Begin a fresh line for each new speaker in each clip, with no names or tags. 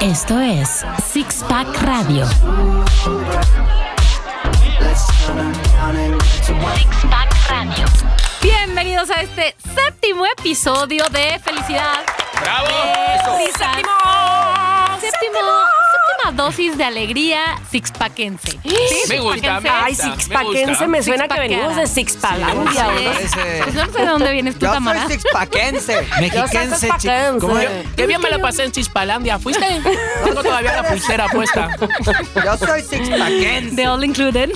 Esto es Six Pack Radio. Six Pack Radio. Bienvenidos a este séptimo episodio de Felicidad.
¡Bravo!
Felicidad.
¡Séptimo!
Séptimo- Séptima dosis de alegría sixpackense.
Me gusta, me
Ay,
gusta,
Sixpackense, me, suena que venimos de Sixpalandia. ¿verdad?
Pues no sé de dónde vienes tú,
Yo soy
cámara.
sixpackense, mexiquense,
sixpackense.
chico. ¿Cómo
Yo-
yo?
¿Qué bien me la pasé en Chispalandia? ¿Fuiste? Tengo todavía la pulsera puesta.
Yo soy sixpackense.
De All Included.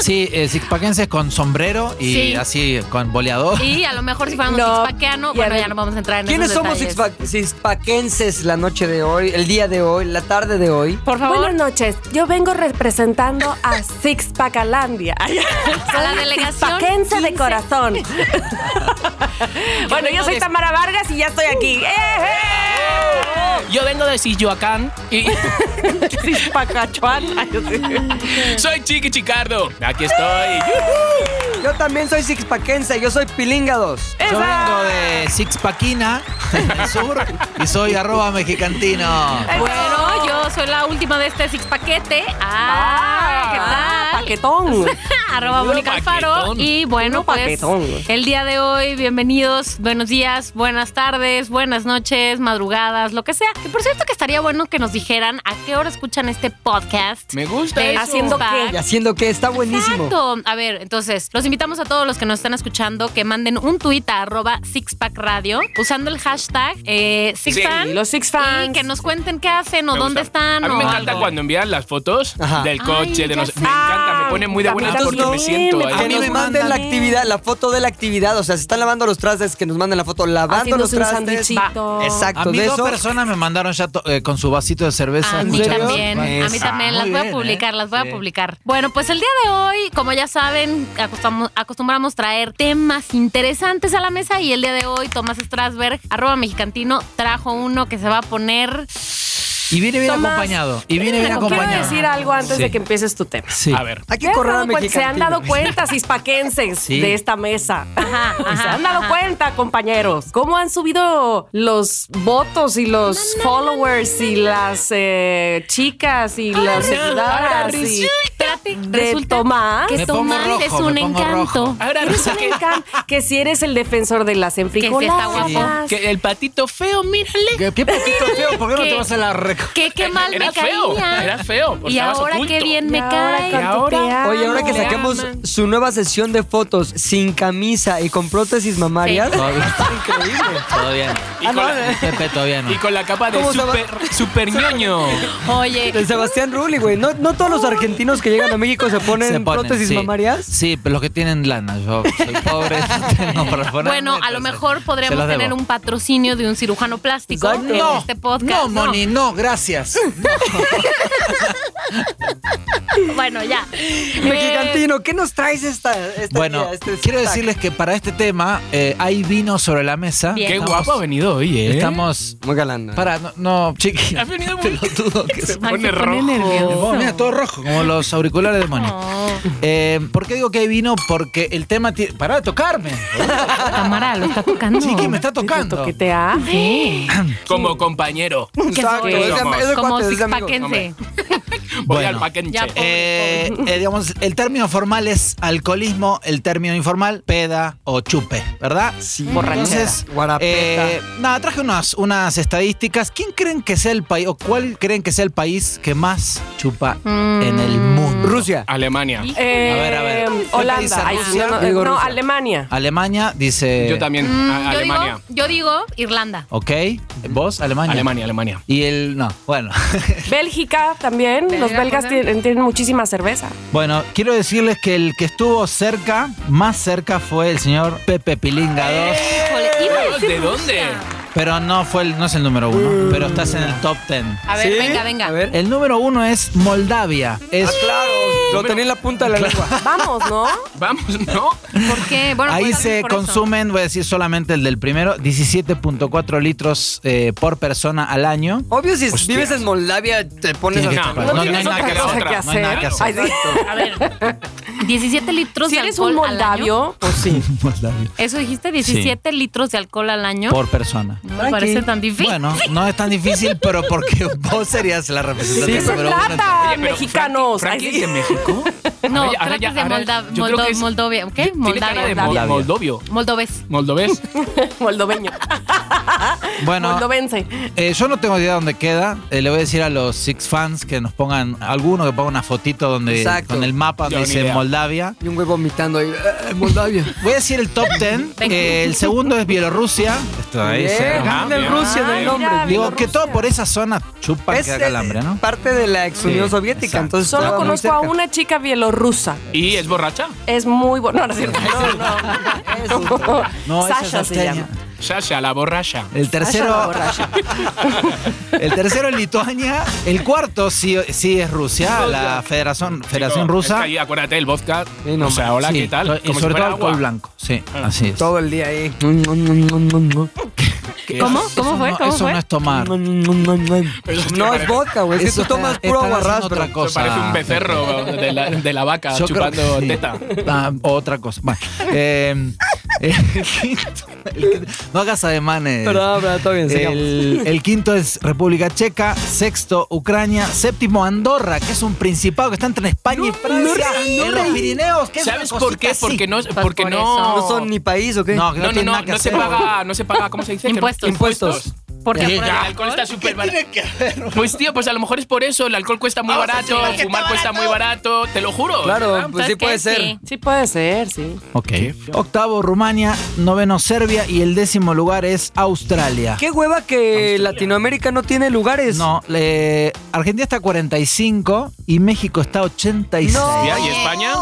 Sí, eh, sixpackense con sombrero y
Sí.
así con boleador.
Y a lo mejor si fuéramos
No.
sixpackeano,
Y
bueno,
adem-
ya no vamos a entrar en
¿Quiénes
esos
somos
detalles.
sixpa- sixpackenses la noche de hoy, el día de hoy, la tarde de hoy?
Por favor.
Buenas noches, yo vengo representando a Sixpacalandia.
A la delegación
Sixpaquense
15.
de corazón. bueno, yo
vengo
soy
de-
Tamara Vargas y ya estoy aquí. ¡Eh,
Yo vengo de Silloacán y
eh! Sixpacachuan. Ay, yo sí.
soy Chiqui Chicardo. Aquí estoy.
Ah,
Yo también soy sixpackense, yo soy pilíngados.
Yo
¡Esa!
vengo de Sixpaquina, del sur, y soy arroba mexicantino.
Bueno, yo soy la última de este six paquete.
Ah,
Ah, ¿qué tal?
Paquetón.
Arroba
Puro
Mónica Alfaro.
paquetón.
Y bueno,
Puro
pues
paquetón.
el día de hoy, bienvenidos, buenos días, buenas tardes, buenas noches, madrugadas, lo que sea. Que por cierto que estaría bueno que nos dijeran a qué hora escuchan este podcast.
Me gusta
de
eso.
Haciendo
Six Pack.
¿Y haciendo qué? Está buenísimo.
Exacto. A ver, entonces, los invitamos a todos los que nos están escuchando que manden un tuit a arroba sixpackradio usando el hashtag eh, sixfan
Y los Sixfans.
y que nos cuenten qué hacen o
Me
dónde
gusta.
están
A mí
o
me encanta
algo.
cuando envían las fotos
Ajá.
del
Ay,
coche. de
ya
los-
sé.
Me encanta, me pone muy de buena
También,
porque me
sí,
siento
me
ahí.
pone-
Que
mí
nos
me
manden
mandan.
la actividad, la foto de la actividad. O sea, se están lavando los trastes, que nos manden la foto lavando los
Haciéndose un
trastes.
sanduichito.
Va. Exacto,
A mí
de
dos
eso.
personas me mandaron ya to- eh, con su vasito de cerveza.
Ah, A mí
¿En
Muchas
serio?
también, a mí
Esa,
también. Las
Pues, muy
voy a
bien,
publicar,
¿eh?
las voy
Sí.
a publicar. Bueno, pues el día de hoy, como ya saben, acostumbramos, acostumbramos traer temas interesantes a la mesa y el día de hoy Tomás Strasberg, arroba mexicantino, trajo uno que se va a poner...
Y viene bien
Tomás,
acompañado. Y viene bien
Quiero
acompañado.
decir algo antes
Sí.
de que empieces tu tema.
Sí.
A ver.
Hay
¿Se
que
han
correr
dado
a
cuen- se han dado
Mexicantino.
cuenta, cispaquenses,
Sí.
de esta mesa.
Ajá,
se
ajá,
han dado
ajá.
cuenta, compañeros, cómo han subido los votos y los followers y las eh, chicas y las seguidoras y
Espérate,
de
resulta
Tomás.
que
Me pongo
Tomás
rojo,
es un
me pongo rojo.
encanto.
Ahora resulta
Pues Me
que,
encanta que si eres el defensor de las
está
enfrijoladas.
guapo.
que el patito feo, mírale.
¿Qué, qué patito feo? ¿Por qué no
¿Qué?
te vas a la reco?
Que qué mal
Eh, Era
me caía.
feo, era feo, porque
Y
estabas
ahora qué
oculto.
bien me
Y ahora
cae.
con tu
ahora-
te
Ah,
Oye, ahora
amo.
que sacamos
Llaman.
su nueva sesión de fotos sin camisa y con prótesis mamarias,
Sí.
Todavía,
increíble.
todavía
Y
no.
con la-
Pepe, todavía no.
Y con la capa de
¿Cómo se llama?
super, super ñoño.
Oye,
El Sebastián Rulli, güey. No, no todos los argentinos que llegan a México se ponen,
Se ponen,
prótesis
sí.
mamarias.
Sí, pero los que tienen lana. Yo soy pobre, no tengo para ponerme,
Bueno, a lo
entonces,
mejor
se
podríamos
los debo.
tener un patrocinio de un cirujano plástico
Exacto.
en
No,
este podcast.
no, Moni, no, gracias.
Este
Bueno, ya. Eh,
Mexicantino, ¿qué nos traes esta, esta
Bueno,
día, este
quiero
stack?
decirles que para este tema eh, hay vino sobre la mesa.
Bien.
Qué
Estamos-
guapo ha venido hoy, ¿eh?
Estamos.
Muy galán.
Para, no, no chiqui.
Ha venido muy-
Te lo dudo que
Se
se
Eh,
Oh,
ay,
pone
se pone
rojo.
nervioso.
Mira, todo rojo, como los auriculares de Moni.
No,
Eh, ¿Por qué digo que hay vino? Porque el tema tiene. ¡Para de tocarme!
Tamara lo está tocando.
Chiqui me está
Te
tocando.
toquetea.
Como compañero.
Exacto,
soy?
es de-
Somos.
es de
Como
cuates, es de amigos.
sixpackense.
Voy
Bueno.
al paquenche.
Ya, pues.
Eh,
Eh, eh, digamos, el término formal es alcoholismo, el término informal, peda o chupe, ¿verdad?
Sí.
Entonces,
guarapeta.
eh, nada, traje unas, unas estadísticas. ¿Quién creen que sea el país o cuál creen que sea el país que más chupa
Mm.
en el mundo?
Rusia.
Alemania.
Y-
Eh,
A ver, a ver. ¿Qué
Holanda.
país
Ay,
es
no,
Rusia?
no,
Yo digo
no,
Rusia.
Alemania.
Alemania dice.
Yo también.
Mm,
a-
yo,
Alemania.
digo, yo digo Irlanda.
Ok. ¿Vos? Alemania.
Alemania, Alemania.
Y el. No, bueno.
Bélgica también. Los
Bélgica,
belgas
Holanda.
tienen, tienen muchísima cerveza.
bueno, quiero decirles que el que estuvo cerca, más cerca, fue el señor Pepe Pilinga 2.
Híjole, iba a decir
¿De dónde?
Rusia.
Pero no fue el, no es el número uno, pero estás en el top ten.
A ver,
¿Sí?
venga, venga.
A ver.
El número uno es Moldavia. Es,
Ah, claro, lo tenía en la punta de la lengua.
Vamos, ¿no?
Vamos, ¿no?
¿Por qué? Bueno,
ahí
pues,
se
por eso.
consumen, voy a decir solamente el del primero, 17.4 litros eh, por persona al año.
Obvio, si
Hostias.
vives en en Moldavia, te pones
Tiene
a
que
No,
chupar.
no
No, no hay
tienes
nada
otra
que
cosa
hacer.
que
No hay nada que
hacer.
hacer.
Ay, sí.
A ver, 17 litros
Si
de
eres un
alcohol al año.
moldavio, pues sí.
Moldavia.
Eso dijiste, 17 litros de alcohol al año.
Por persona.
no me parece tan difícil.
Bueno, no es tan difícil, pero porque vos serías la representante
¿Qué se
número uno.
trata,
Oye, pero
mexicanos?
Frankie- Frankie
Ay, sí.
es de México?
no,
Oye, ahora
creo que
ya-
es de
ahora
Molda-
yo creo que
Moldo-
es-
Moldovia. ¿Qué?
Tiene cara
Moldavia.
de mol-
Moldavia.
moldovio.
Moldovés.
¿Moldovés?
Moldoveño.
Bueno,
Moldovense.
eh, yo no tengo idea dónde queda. Eh, le voy a decir a los Six fans que nos pongan alguno que ponga una fotito donde
Exacto.
con el mapa donde
Yo ni
dice
idea.
Moldavia.
Y un güey vomitando ahí. "Eh, Moldavia.
Voy a decir el top 10.
Venga.
Eh, el segundo es Bielorrusia. Está ahí
Bien,
cerca.
bien.
en Rusia,
Ah,
del
mira,
nombre.
Digo, que
Bielorrusia.
todo por esa zona chupa que haga
eh,
el hambre, ¿no?
parte de la ex Unión
Sí,
Soviética,
exacto.
entonces
Solo
estaba muy
conozco a
cerca.
una chica bielorrusa.
¿Y es borracha?
Es muy buena. No, no es cierto. No, no.
No, esa
Sasha
es
se
Austenia.
llama.
Sasha, la borracha.
Sasha
El
la
tercero,
borracha.
el tercero es Lituania. El cuarto sí, sí es Rusia, la Federación, Federación
Chico,
Rusa.
es que ahí, acuérdate, el vodka.
Sí, no
o sea, hola,
Sí,
¿qué tal?
Y
si
sobre todo
fuera agua. Ah.
alcohol blanco. Sí, así es.
Todo el día ahí. No
¿Qué
¿Cómo?
es?
¿Cómo
Eso
fue?
no-
¿Cómo
eso
fue?
no es tomar.
es vodka, güey. Es que
Eso
tú tomas
está-
puro
están haciendo
aguarrás,
otra
pero-
cosa.
Se parece un becerro de la, de la vaca
Yo creo
chupando
que sí.
teta.
Ah, otra cosa. Bueno, eh, el quinto- el quinto- no hagas ademanes.
Pero, ah, pero, todo bien, sigamos.
El, el quinto es República Checa, sexto Ucrania, séptimo Andorra, que es un principado que está entre España y Francia, en los Pirineos. Que es una
¿Sabes por
cosita
qué?
así. Pues
Porque no, porque
por
no,
eso.
¿No son ni país o qué?
No, que no,
no, no,
tiene
no,
nada que
no se
hacer.
paga, no se paga, ¿cómo se dice?
Impuestos.
Impuestos.
Porque
Porque
afuera
el
del
alcohol está súper barato.
Tiene que haber un-
Pues tío, pues a lo mejor es por eso, el alcohol cuesta muy
Vamos a
barato,
decir que está
fumar cuesta
barato.
muy barato, te lo juro.
Claro, pues
¿Sabes
sí
qué?
puede ser.
Sí.
Sí puede ser, sí.
Ok. Octavo Rumania, noveno Serbia y el décimo lugar es Australia.
Qué hueva que Latinoamérica no tiene lugares.
No, le- Argentina está 45 y México está 86.
Mira, ¿y España?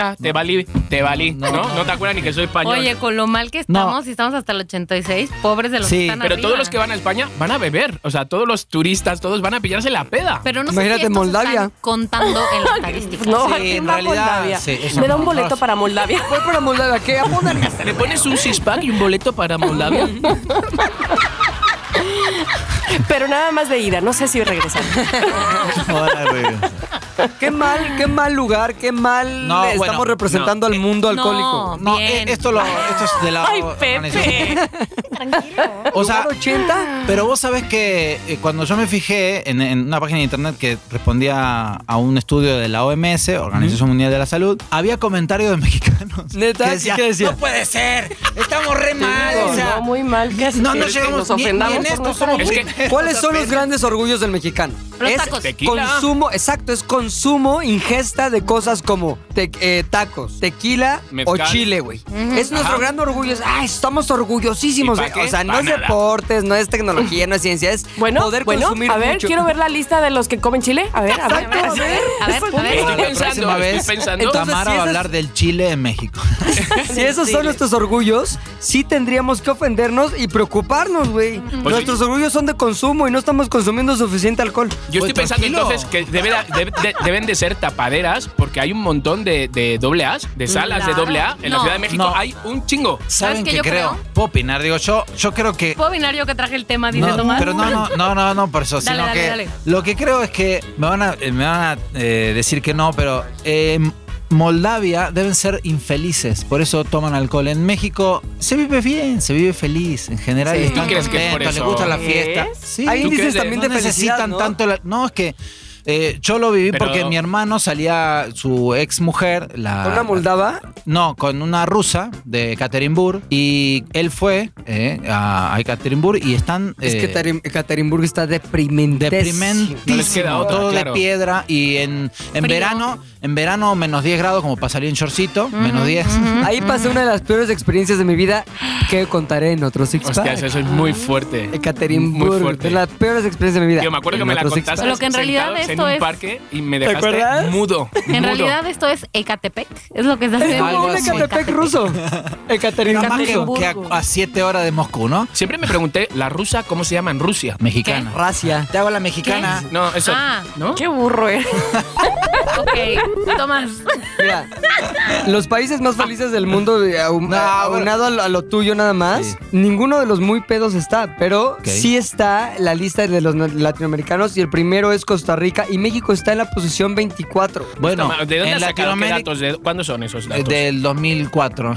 Ah, te valí, te valí, ¿no? No, te acuerdas ni que soy español.
Oye, con lo mal que
No.
estamos, y estamos hasta el 86, pobres de los
Sí.
que están
Pero
arriba.
todos los que van a España van a beber. O sea, todos los turistas, todos van a pillarse la peda.
Pero no
Imagínate
sé si estos
Moldavia.
están contando en la estadística.
Pues No,
Sí,
¿a quién
en
va
realidad,
Moldavia?
sí, eso
Me da
no
un
pasa.
boleto para Moldavia.
Voy para Moldavia, ¿qué? Apónganme.
¿Me pones un six-pack y un boleto para Moldavia?
Pero nada más de ida, no sé si regresar.
Qué mal, qué mal lugar, qué mal
No,
estamos
bueno,
representando al mundo alcohólico.
No,
No,
bien.
eh, esto, lo, esto es de la.
Ay, Pepe.
O sea,
¿Lugar 80?
pero vos sabés que eh, cuando yo me fijé en, en una página de internet que respondía a un estudio de la OMS, Organización Mundial de la Salud, había comentarios de mexicanos.
¿Neta?
que decían,
¿Qué decían?
No puede ser, estamos re mal.
No,
o sea,
no, muy mal. ¿Qué haces?
no, no
Que
llegamos
nos ofendamos
ni, ni en
por
esto
no
somos
saber.
Es que-
primeros.
¿Cuáles son
O sea,
los grandes orgullos del mexicano?
Los
es
tacos.
Tequila.
consumo, exacto, es consumo, ingesta de cosas como te- eh, tacos, tequila
Mezcal.
o chile, güey. Es nuestro
Ajá.
gran orgullo, es, ah, estamos orgullosísimos,
¿Y pa'
güey.
qué?
O sea, no
Pa'
es
nada.
deportes, no es tecnología, no es ciencia, es
Bueno,
poder
bueno,
consumir
a ver,
mucho.
quiero ver la lista de los que comen chile. A ver, a ver,
Exacto,
a ver.
a ver, a ver.
Estoy
La próxima
pensando,
vez,
estoy pensando.
Entonces, si
Tamara va a
ese es-
hablar del Chile en México.
Si esos son nuestros orgullos, sí tendríamos que ofendernos y preocuparnos, güey.
Pues
nuestros orgullos son de consumo y no estamos consumiendo suficiente alcohol.
Yo
Oye,
estoy pensando
Pues tranquilo.
entonces que debe de- debe- de- deben de ser tapaderas porque hay un montón de, de doble A's, de salas de
Claro.
doble A. En la
No.
Ciudad de México
No.
hay un chingo.
¿Saben
qué
qué
yo
creo?
creo?
Puedo opinar, digo, yo, yo creo que
¿Puedo opinar yo que traje el tema, dice
No,
Tomás?
Pero no, no, no, no, no, por eso.
Dale,
sino
dale,
que
dale.
Lo que creo es que me van a, eh, me van a eh, decir que no, pero eh, Moldavia deben ser infelices, por eso toman alcohol. En México se vive bien, se vive feliz. En general
Sí.
están
¿Tú crees que es por
contentos, les
eso?
gusta la
¿Es?
fiesta. Sí,
Hay
¿Tú
índices
crees?
también de
no
felicidad,
necesitan
¿no?
tanto. la- no, es que eh, yo lo viví
Pero-
porque mi hermano salía, su ex mujer, la.
Ah,
¿Con una moldava?
No, con una rusa de Katerinburg. Y él fue eh, a, a Ekaterinburg y están.
Es
eh,
que Tarim- Ekaterinburgo está deprimente.
deprimentísimo.
No les queda otra,
todo
claro.
de piedra y en, en
Frío.
verano, en verano menos 10 grados como para salir en shortcito, menos 10.
Ahí pasé una de las peores experiencias de mi vida que contaré en otro six
Hostias, eso es muy fuerte. Muy
Ekaterimburgo,
fuerte.
de las peores experiencias de mi vida.
Yo me acuerdo que
En
me la
otro
contaste
Pero que en realidad
sentados en
esto
un
es-
parque y me dejaste
acuerdas?
mudo.
En
mudo.
realidad esto es Ecatepec, es lo que está
Six Pack.
haciendo.
Es como
Algo
un
así.
Ecatepec ruso.
Nada más
Ecaterinburgo.
que, que a 7 horas de Moscú, ¿no?
Siempre me pregunté, ¿la rusa cómo se llama en Rusia?
Mexicana.
Racia.
Te hago la mexicana.
No, eso.
Ah.
¿No?
Qué burro eh. eres.
Ok, Tomás.
Mira, los países más felices del mundo, eh, aun-
No,
aunado a lo, a lo tuyo nada más,
Sí.
ninguno de los muy pedos está, pero sí está la lista de los na- latinoamericanos y el primero es Costa Rica y México está en la posición 24.
Bueno,
Toma, ¿De dónde
en
has sacado qué
Latinoamérica
datos? ¿De- ¿Cuándo son esos
eh,
datos?
del 2004.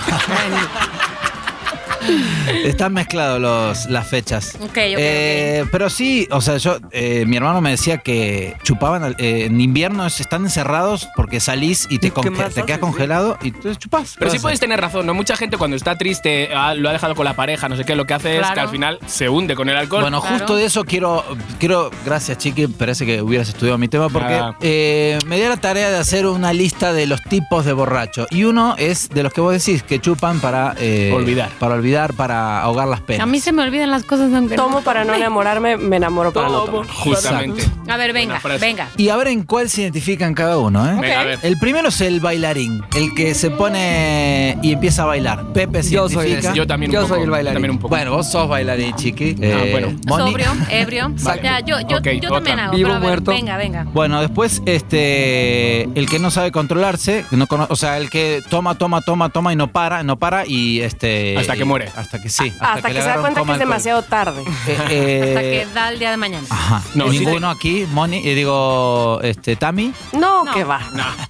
Están mezclados los, las fechas.
Ok, ok,
Eh, Pero sí, o sea, yo, eh, mi hermano me decía que chupaban, al- eh, en invierno es- están encerrados porque salís y te,
¿Y qué
conge-
más
te quedas
haces,
congelado y entonces chupás.
Pero sí
Pasa.
puedes tener razón, ¿no? Mucha gente cuando está triste, ah, lo ha dejado con la pareja, no sé qué, lo que hace es que
Claro.
al final se hunde con el alcohol.
Bueno,
Claro.
justo de eso quiero, quiero, gracias Chiqui, parece que hubieras estudiado mi tema porque
Nada.
eh, me dio la tarea de hacer una lista de los tipos de borracho y uno es de los que vos decís que chupan para eh,
Olvidar.
para olvidar, para ahogar las
ok. A
penas.
mí se me olvidan las cosas. aunque no.
Tomo para no enamorarme, me enamoro para no tomar.
Justamente.
A ver, venga,
Buena frase.
venga.
Y a ver en cuál se identifican cada uno, ¿eh?
Venga, a ver.
El primero es el bailarín, el que se pone y empieza a bailar. Pepe se
Yo soy
identifica.
ese.
Yo también
Yo
un poco.
soy el bailarín.
También un poco.
Bueno, vos sos bailarín, chiqui. Eh,
bueno.
Moni-
Sobrio, ebrio.
Vale.
Ya, yo, yo,
Ok,
yo
otra.
también hago.
Vivo,
pero a ver,
muerto.
Venga, venga.
Bueno, después, este, el que no sabe controlarse, que no cono- o sea, el que toma, toma, toma, toma y no para, no para y este.
Hasta que
y-
muere.
Hasta que sí.
Ah, Hasta, que,
le
se da
agarra un
cuenta que
coma
es
alcohólico.
demasiado tarde.
Eh, eh,
Hasta que da el día de mañana.
Ajá.
No, sí
Ninguno aquí, Moni, y digo, este, Tami.
No,
No.
que va.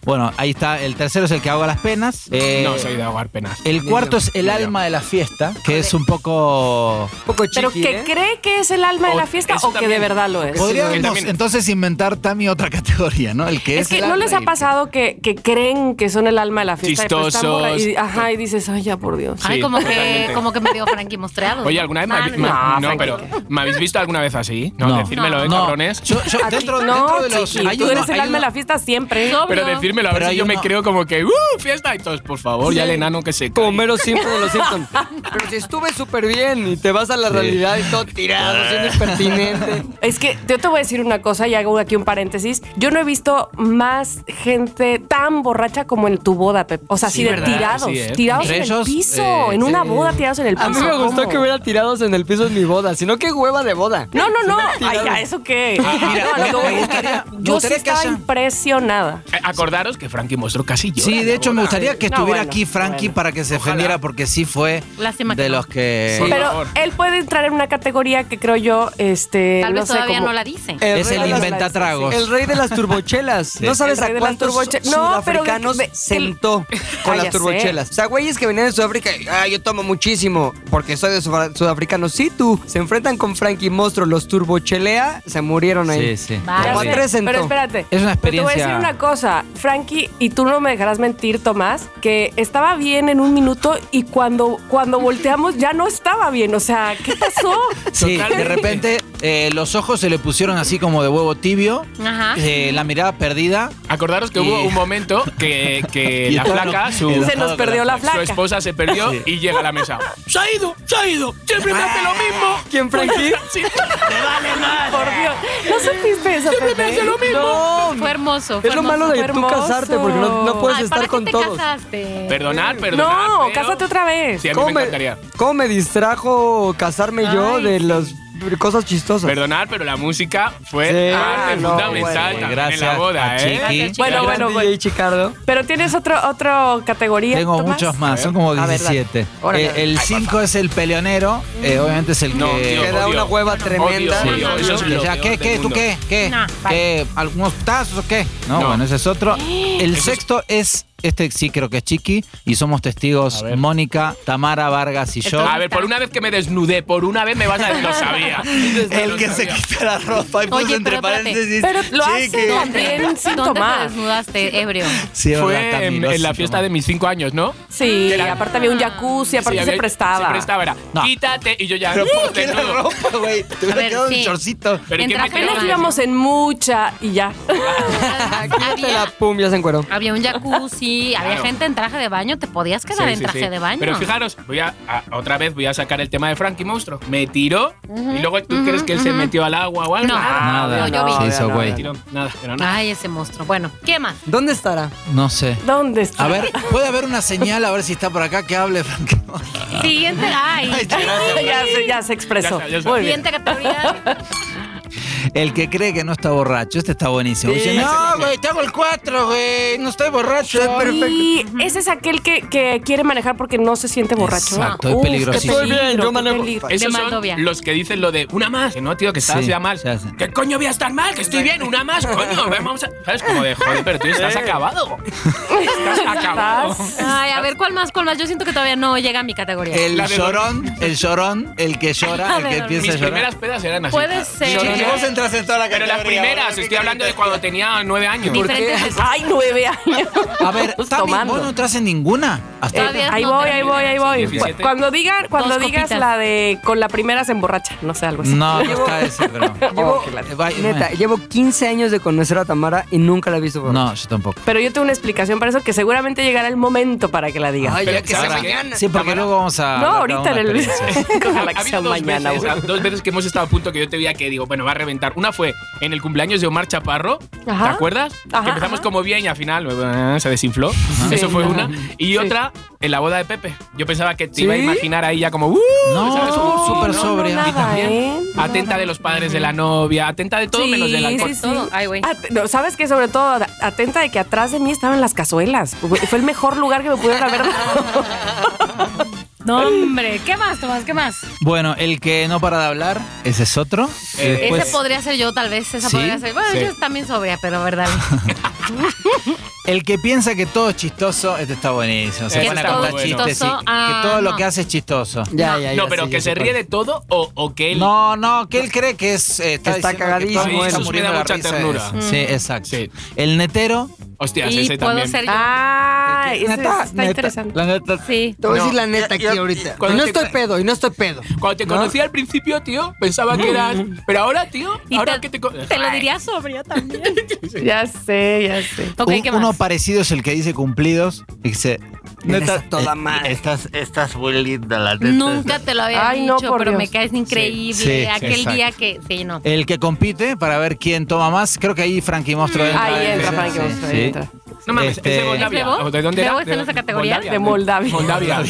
Bueno, ahí está. El tercero es el que ahoga las penas. Eh,
No, soy de ahogar penas.
El cuarto es el
Ni yo.
alma de la fiesta, que es un poco.
Un poco chiqui,
Pero que
¿eh?
cree que es el alma de
O-
la fiesta
eso
o que de
también.
verdad lo es.
Podría-
Podríamos
que también-
entonces inventar Tami otra categoría, ¿no? El que es.
Es que
el
no les ha
alma y-
pasado que, que creen que son el alma de la fiesta. pero están
Chistosos.
borra- y- ajá, y dices, ay, ya por Dios.
Ay,
Sí,
como que,
totalmente.
como que me dio Frankie mostreado.
Oye, ¿alguna vez me
No,
habéis-
no,
me-
no.
Ah,
no,
no, pero ¿me habéis visto alguna vez así? No,
No.
decírmelo, ¿eh,
No.
cabrones?
Yo, yo,
A ti-
Ah, dentro,
no,
dentro de los.
chiqui,
hay
tú
uno-
eres el
hay
alma de
uno-
la fiesta siempre.
Sobrio.
Pero decírmelo, a ver
Pero
si
hay
yo me
uno-
creo como que ¡uh! Fiesta y todos, por favor, ya el enano que se
Como
cae.
Homero Simpson de los Simpsons. Pero si estuve súper bien y te vas a la realidad y todo tirado, siendo impertinente.
Es que yo te voy a decir una cosa y hago aquí un paréntesis. Yo no he visto más gente tan borracha como en tu boda, Pepe. O sea,
Sí,
así de
¿verdad?
tirados.
Sí, ¿eh?
Tirados
Entre
en
ellos,
el piso.
eh,
en una
sí.
boda tirados en el piso.
A mí me gustó
¿cómo?
que hubiera tirados en el piso en mi boda, sino que hueva de boda.
No, no, no. Ay, ¿a ¿eso qué?
mira,
No, lo que voy
me
es que
gustaría- me
yo sí
gustaría que
estaba
haya-
impresionada.
Eh, Acordaros que Frankie mostró casi yo.
Sí, de hecho me gustaría que
No,
estuviera
bueno,
aquí Frankie
bueno.
para que se defendiera porque sí fue
Lástima que
de
no.
los que
Sí. Por
Pero
favor.
él puede entrar en una categoría que creo yo, este.
Tal vez
no sé,
todavía
como-
no la dice.
es
rey
el
de las-
inventatragos.
El rey de las turbochelas. No
El
sabes
rey
a
de las
cuántos
turboche- No, pero
sudafricanos
de- de-
sentó con
Ah,
las
ya sé.
turbochelas. O sea, güeyes que venían de Sudáfrica, y, ah, yo tomo muchísimo porque soy de sudaf- sudafricano. Sí, tú. Se enfrentan con Frankie Monstruo, los turbochelea, se murieron ahí.
Sí, sí.
Vaya.
Como a
Sí.
tres sentó.
Pero espérate.
Es una
Pero te voy a decir
experiencia-
una cosa, Frankie, y tú no me dejarás mentir, Tomás, que estaba bien en un minuto y cuando, cuando volteamos ya no estaba bien. O sea, ¿qué pasó?
Sí, de
Totalmente.
repente eh, los ojos se le pusieron así como de huevo tibio,
Ajá.
eh, la mirada perdida.
Acordaros que
Y-
hubo un momento que, que
Y
la
estaba
flaca,
eno-
su,
enojado
Se nos
con
perdió la
su
flaca.
esposa se perdió
Sí.
y llega a la mesa. ¡Se ha ido! ¡Se ha ido! ¡Siempre me hace lo mismo!
¿Quién, Frankie?
Sí. ¡Me vale más!
Por Dios. No supiste eso,
¡Me
Pepe.
hace lo mismo!
No,
Fue hermoso. fue
es lo
hermoso.
malo de
fue
tú casarte porque no, no
hermoso.
puedes
Ay,
estar
¿para
con
qué te
todos.
casaste?
Perdonar, perdonar.
No,
pero-
cásate otra vez.
Sí, a mí
¿Cómo
me encantaría.
cómo me distrajo casarme yo
Ay,
de
sí.
las cosas chistosas?
Perdonar, pero la música fue
Sí.
parte
Ah, no,
fundamental
bueno.
también en
Gracias
la
a
boda, ¿eh?
Chiqui.
Gracias,
Bueno,
chicos.
Gran
bueno,
DJ
bueno.
Chicardo.
Pero tienes otro, otro categoría.
Tengo
Tomás?
muchos más, son como
A ver, dale.
17.
Órale,
Eh,
dale.
el 5 es el peleonero, eh, obviamente es el
No,
que...
tío,
Que da
odio.
una hueva tremenda.
Odio,
Sí,
odio,
no,
eso es
no,
Que
lo
ya,
peor
¿qué,
del
qué, tú
mundo.
qué, qué?
No, vale.
¿Qué? ¿Algunos tazos o qué? No,
No.
bueno, ese es otro. El sexto es, este sí creo que es Chiqui, y somos testigos
A ver.
Mónica, Tamara, Vargas y yo.
Entonces-
A ver, por una vez que me desnudé, por una vez me vas a decir, lo sabía. Lo sabía.
quita la ropa y
puso Oye, entre pero espérate. paréntesis,
Pero lo hace también sin
¿Dónde te
tomar.
desnudaste, ebrio?
Fue en, en la fiesta de mis cinco años, ¿no?
Sí, aparte había un jacuzzi,
Sí,
aparte
había-
se prestaba.
Se prestaba, era,
No.
quítate, y yo ya... "Uh,
Pero ¿por qué la
desnudo.
ropa, güey? Te
A
hubiera
ver,
quedado un
sí.
chorcito.
Pero ¿quién
Entra
me
Pero
Apenas
bueno,
pegaba?
íbamos en mucha y ya.
Te la
había,
pum, ya se encueró.
había un jacuzzi, había
Claro.
gente en traje de baño, te podías quedar
Sí,
en
sí,
traje
sí.
de baño.
Pero fijaros, voy a, a- otra vez voy a sacar el tema de Frankie Monstruo. Me tiró y luego tú
ujú,
crees que él se
ujú.
metió al agua o algo.
No,
Nada,
no, yo vi.
se hizo
no,
güey.
Me tiró, nada, pero nada.
Ay, ese monstruo. Bueno, ¿qué más?
¿Dónde estará?
No sé.
¿Dónde está?
A ver, puede haber una señal, a ver si está por acá que hable Frankie.
Ah.
Siguiente. Ay,
Ay, gracias.
ya, se, ya se expresó.
Ya está, ya está.
Muy bien.
siguiente categoría.
El que cree que no está borracho, este está buenísimo.
Sí.
Dice, no, güey, te hago el 4, güey, no estoy borracho.
Soy perfecto.
Y ese es aquel que, que quiere manejar porque no se siente borracho.
Exacto, es
Uf, qué
peligrosísimo.
Estoy bien, yo
qué
manejo.
peligro.
Es-
Esos
De
son
Maldovia.
los que dicen lo de una más. Que no, tío, que estabas
Sí,
ya mal.
ya sé.
¿Qué coño voy a estar mal? Que estoy bien, una más, coño. Vamos a... ¿Sabes? Como de joder, pero tú estás acabado. Estás acabado.
Ay, a ver, ¿cuál más? ¿Cuál más? Yo siento que todavía no llega a mi categoría.
El
La de
llorón, el llorón, el que llora, el que
Mis
empieza
Mis
a llorar.
primeras pedas eran así.
Puede ser.
Llorón.
Y vos entras en toda la
Pero las
categoría,
primeras,
boludo,
estoy
¿qué
hablando de
querés?
cuando tenía nueve años.
Diferentes veces.
Ay, nueve años.
A ver, Tami,
tomando.
vos no entras en ninguna. Hasta
Todavía
ahí
no
voy, ahí
termino.
voy, ahí voy.
17.
Cuando digan, cuando
Dos
digas
copitas.
la de con la primera se emborracha, no sé, algo así.
No, no está ese, pero.
Llevo,
Oh, qué lata.
Eh, va-
neta,
eh,
llevo 15 años de conocer a Tamara y nunca la he visto borracha.
No, yo tampoco.
Pero yo tengo una explicación para eso que seguramente llegará el momento para que la digas.
Ay, ya
Pero
que sea
Tamara-
mañana.
Sí, porque luego vamos a.
no,
hablar de
ahorita en
una
el
experiencia.
Ha,
Ojalá
ha
que sea
habido dos,
mañana,
veces,
güey.
ah, dos veces que hemos estado a punto que yo te veía que digo, bueno, va a reventar. Una fue en el cumpleaños de Omar Chaparro,
Ajá.
¿te acuerdas?
Ajá,
que empezamos
ajá.
como bien y al final eh, se desinfló. Eso fue
Ajá.
una. Y otra en la boda de Pepe. Yo pensaba que te iba a
¿Sí?
imaginar ahí ya como, ¡uh! ¿sabes?
No,
Uh,
súper
no,
sobria.
no,
nada,
y también
¿eh?
Atenta de los padres de la novia, atenta de todo menos del alcohol.
Todo. Ay, güey.
At- no, ¿Sabes qué? Sobre todo, at- atenta de que atrás de mí estaban las cazuelas. Fue el mejor lugar que me pudieron haber dado.
No, hombre. ¿Qué más, Tomás? ¿Qué más?
Bueno, el que no para de hablar, ese es otro. Y
Eh,
después-
Ese podría ser yo, tal vez. Esa
Pues, ¿Sí?
podría ser. Bueno,
Sí.
yo también sobria, pero verdad.
El que piensa que todo es chistoso, este está buenísimo. Se
Ese
pone a
está
contar
muy bueno.
chistes. sí,
Chistoso,
que-
ah,
que todo lo
no.
que hace es chistoso.
Ya, ya, ya
No, pero
sé,
que
ya
se
sé
ríe
cuál.
de todo o, o que él.
No, no, que él cree que es. eh, está
Está
diciendo que todo el
cagadísimo,
mundo está
eso.
muriendo
Me da
la
mucha
risa de
ternura.
eso. Sí, exacto.
Sí.
El netero.
Hostias,
y
ese
puedo
también.
ser yo.
Ah, ese está interesante.
La neta.
Sí.
Te voy a
No,
decir la neta aquí
yo-
ahorita.
cuando
no
te-
estoy pedo, y no estoy pedo.
Cuando te
¿No?
conocí al principio, tío, pensaba que eras. Pero ahora, tío,
Y
ahora
te,
que te. co-
te lo diría sobria también.
Ya sé, ya sé.
Ok,
Un-
¿qué
uno
más?
parecido es el que dice cumplidos y dice.
Eres toda
eh,
madre.
Estás, estás muy linda, la neta.
Nunca te lo había
Ay, no,
dicho,
por
pero
Dios.
me caes increíble.
Sí, sí,
Aquel
exacto.
día que. Sí, no.
El que compite para ver quién toma más. Creo que ahí Frankie Mostro entra.
Mm, Ahí
¿eh?
entra
Sí,
Frankie
sí,
Mostro,
sí.
ahí entra.
No mames,
Este-
es de Moldavia.
¿Es Bebo?
¿O ¿De dónde
¿Bebo
era?
está en esa categoría?
De Moldavia.
Moldavia.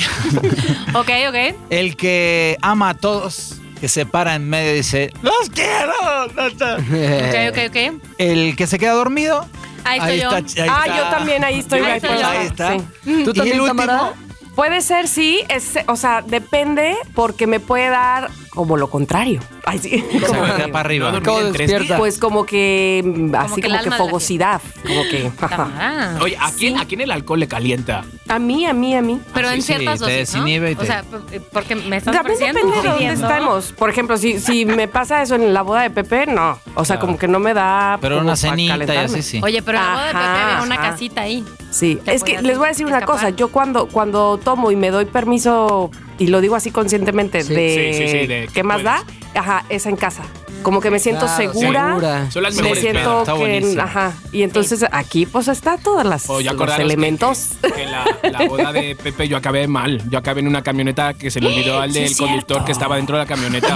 Ok, ok.
El que ama a todos, que se para en medio y dice, ¡Los quiero! No está".
Ok, ok, ok.
El que se queda dormido.
Ahí estoy yo.
ahí
ah,
está.
yo también ahí estoy.
Ahí
de
estoy
acuerdo.
yo.
Ahí está.
Sí.
¿Tú
¿Tú
también,
también,
el último?
Tamara?
Puede ser, sí. es- o sea, depende porque me puede dar como lo contrario. Ay, sí.
Se
Como
va
que-
para arriba.
dormí
Acabo de
en tres días.
despierta.
pues como que mm,
que el
así como que
alma de la
fogosidad. Como que. ajá.
Tamara.
Oye, ¿a quién, ¿a quién el alcohol le calienta?
A mí, a mí, a mí.
Pero
Sí,
en
sí,
ciertas
te
dosis, ¿no?
desinhibe y te-
O sea, p- porque me estás
También
ofreciendo.
depende de dónde
pidiendo.
estamos. Por ejemplo, si, si me pasa eso en la boda de Pepe, no. O sea,
Claro.
como que no me da.
Pero
como
una
pa'
cenita y
calentarme.
así sí.
Oye, pero en la boda de Pepe
Ajá,
había una
ajá.
casita ahí.
Sí,
Te
es que
puedes
les voy a decir una
escapar.
cosa. Yo cuando, cuando tomo y me doy permiso, y lo digo así conscientemente,
Sí.
de,
Sí, sí, sí, de que
qué más
puedes.
da, ajá, es en casa. Como que me siento
Claro,
segura.
segura.
Son las
Me
mejores
siento
Está
que,
buenísimo.
ajá, y entonces aquí pues está todas las
O ya
los
acordaros que-
elementos.
Que, que la, la boda de Pepe yo acabé mal. Yo acabé en una camioneta que se le olvidó al
Sí,
del
es
conductor
cierto.
que estaba dentro de la camioneta.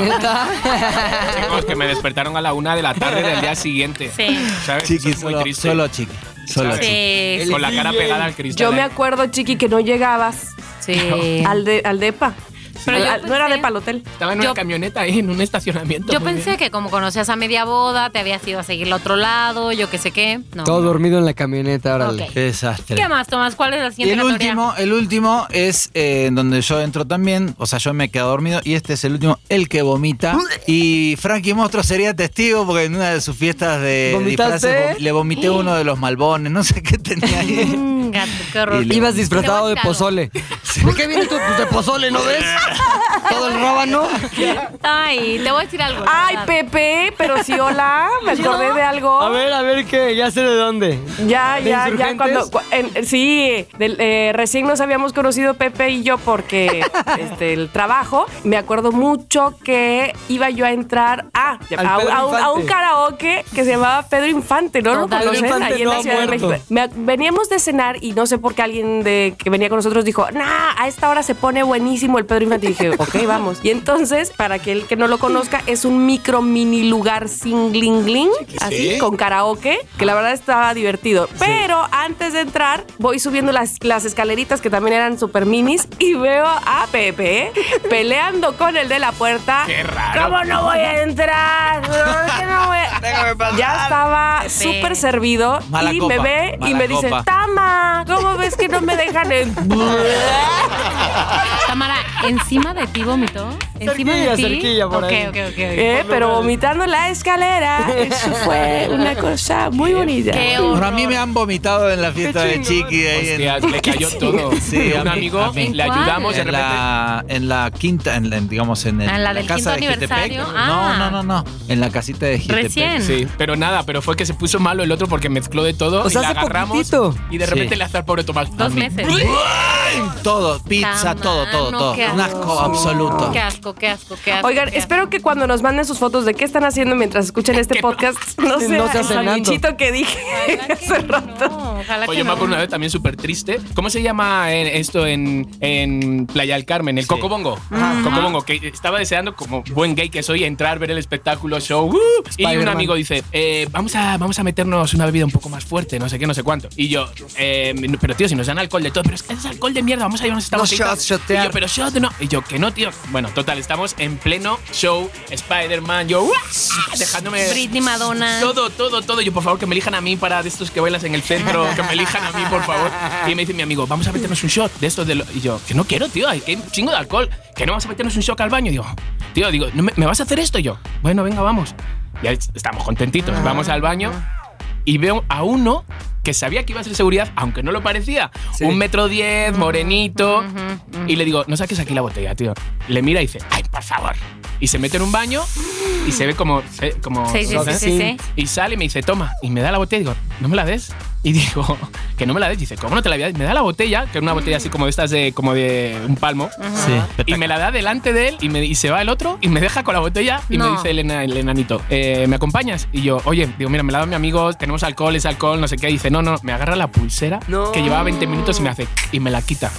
Chicos, que me despertaron a la una de la tarde del día siguiente.
Sí.
¿Sabes? Eso
Chiqui,
es muy
solo,
triste.
solo chiqui. Solo
¿Sabes?
chiqui.
Sí.
Con la cara pegada al cristal.
Yo me acuerdo, Chiqui, que no llegabas
Sí.
al de al depa.
Pero yo pues,
Al- no era
pensé-
de palotel.
Estaba en una
Yo-
camioneta ahí, en un estacionamiento.
Yo
muy
pensé que como conocías a media boda, te habías ido a seguir al otro lado, yo qué sé qué. No.
Todo dormido en la camioneta, órale.
Ok.
Qué desastre.
¿Qué más, Tomás? ¿Cuál es la
Y
siguiente
el
categoría?
último, el último es eh, en donde yo entro también, o sea, yo me quedo dormido y este es el último, el que vomita. Y Frankie Mostro sería testigo porque en una de sus fiestas de
¿Vomitaste?
disfraces vom- le vomité uno de los malbones, no sé qué tenía ahí.
Mm, gato, qué horror.
Y le-
Ibas disfrazado de
Te voy a decir algo.
pozole. ¿De qué viene tú? Pues de pozole, ¿no ves? Todo el rábano.
Ay, te voy a decir algo. la
Ay,
verdad.
Pepe, pero sí, hola, me acordé de algo.
A ver, a ver qué, ya sé de dónde.
Ya, ya,
¿De
ya.
insurgentes?
Cuando, cu- en- eh, sí, del, eh, recién nos habíamos conocido Pepe y yo porque este, el trabajo. Me acuerdo mucho que iba yo a entrar a, a,
Al Pedro
a un, a un
Infante.
karaoke que se llamaba Pedro Infante, ¿no? ¿Lo
Total.
conocen?
Pedro Infante
Ahí en
no
la
ha
Ciudad de
muerto.
México. Me ac- veníamos de cenar y no sé por qué alguien de, que venía con nosotros dijo, nah, a esta hora se pone buenísimo el Pedro Infante. Y dije, ok, ok, vamos. Y entonces, para que el que no lo conozca, es un micro mini lugar singlingling, así, con karaoke, que la verdad estaba divertido. Pero antes de entrar, voy subiendo las, las escaleritas que también eran super minis y veo a Pepe ¿eh? peleando con el de la puerta.
Qué raro.
¿Cómo no voy a entrar? ¿Por qué no voy a- Ya estaba súper servido
Mala
y
copa,
me ve y
mala
me dice,
copa.
Tama, ¿cómo ves que no me dejan en...
Tamara, ¿encima de ti vomitó? ¿Encima
Cerquilla,
de ti?
cerquilla por
Ok,
ahí.
ok, ok.
Eh, pero vomitando en la escalera, eso fue una cosa muy bonita.
Qué
Bueno, a
horror.
mí me han vomitado en la fiesta de Chiqui. ahí en-
Hostia, le cayó todo.
Sí, a
un
mí,
amigo
a mí.
le
¿En cuál?
ayudamos y de
en la, en la quinta, en la- en, digamos, en, el-
Ah, la
la
del
casa de
quinto
Jitepec.
aniversario.
No,
Ah.
no, no, no. En la casita de Jitepec.
Recién.
Sí, pero nada, pero fue que se puso malo el otro porque mezcló de todo
O sea,
y la
Pues hace
agarramos
poquitito.
y de repente
Sí.
le hace al pobre Tomás.
Dos
mí.
meses.
Todo, pizza,
Tamano,
todo, todo, todo.
qué
Un
asco.
asco absoluto.
Qué asco, qué asco, qué asco.
Oigan,
qué asco.
espero que cuando nos manden sus fotos de qué están haciendo mientras escuchan este podcast, no
Sí,
sea
no sea
el
cenando.
salchichito que dije
Ojalá que
hace rato.
no, ojalá
Oye,
que
yo me
no.
acuerdo una vez también súper triste. ¿Cómo se llama eh, esto en, en Playa del Carmen? El
Sí.
Cocobongo. Cocobongo, que estaba deseando, como buen gay que soy, entrar, ver el espectáculo, show. ¡uh! y un
Spider-Man.
amigo dice, eh, vamos, a, vamos a meternos una bebida un poco más fuerte, no sé qué, no sé cuánto. Y yo, eh, no, pero tío, si nos dan alcohol de todo, pero es que es alcohol de mierda, vamos a llevarnos esta
No,
botellita.
shots, shotear.
Y yo, pero shot no. Y yo, que no, tío. Bueno, total, estamos en pleno show, Spider-Man, yo, ¡uh! dejándome...
Britney, Madonna.
Todo, todo, todo. Yo, por favor, que me elijan a mí para de estos que bailas en el centro, que me elijan a mí, por favor. Y me dice mi amigo, vamos a meternos un shot de estos de lo-". Y yo, que no quiero, tío, hay que hay un chingo de alcohol, que no vas a meternos un shot al baño. Y digo, tío, digo, "¿No me, me vas a hacer esto? Y yo, bueno, venga, vamos. Ya es- estamos contentitos,
Ah.
vamos al baño y veo a uno que sabía que iba a ser seguridad, aunque no lo parecía. Un metro diez, morenito. Y le digo, no saques aquí la botella, tío. Le mira y dice, ay, por favor. Y se mete en un baño y se ve como... se- como
Sí, sí, sí, sí, sí.
y sale y me dice, toma. Y me da la botella y digo, ¿no me la des? Y digo, que no me la des. Dice, ¿cómo no te la voy a dar? Me da la botella, que era una botella así como de estas de, como de un palmo.
Sí,
Y me la da delante de él y, me, y se va el otro y me deja con la botella y
No.
me dice el, ena- el enanito, "Eh, ¿me acompañas? Y yo, oye, digo, mira, me la da mi amigo, tenemos alcohol, es alcohol, no sé qué. Y dice, no, no, me agarra la pulsera
No. Ah.
que llevaba 20 minutos y me hace y me la quita.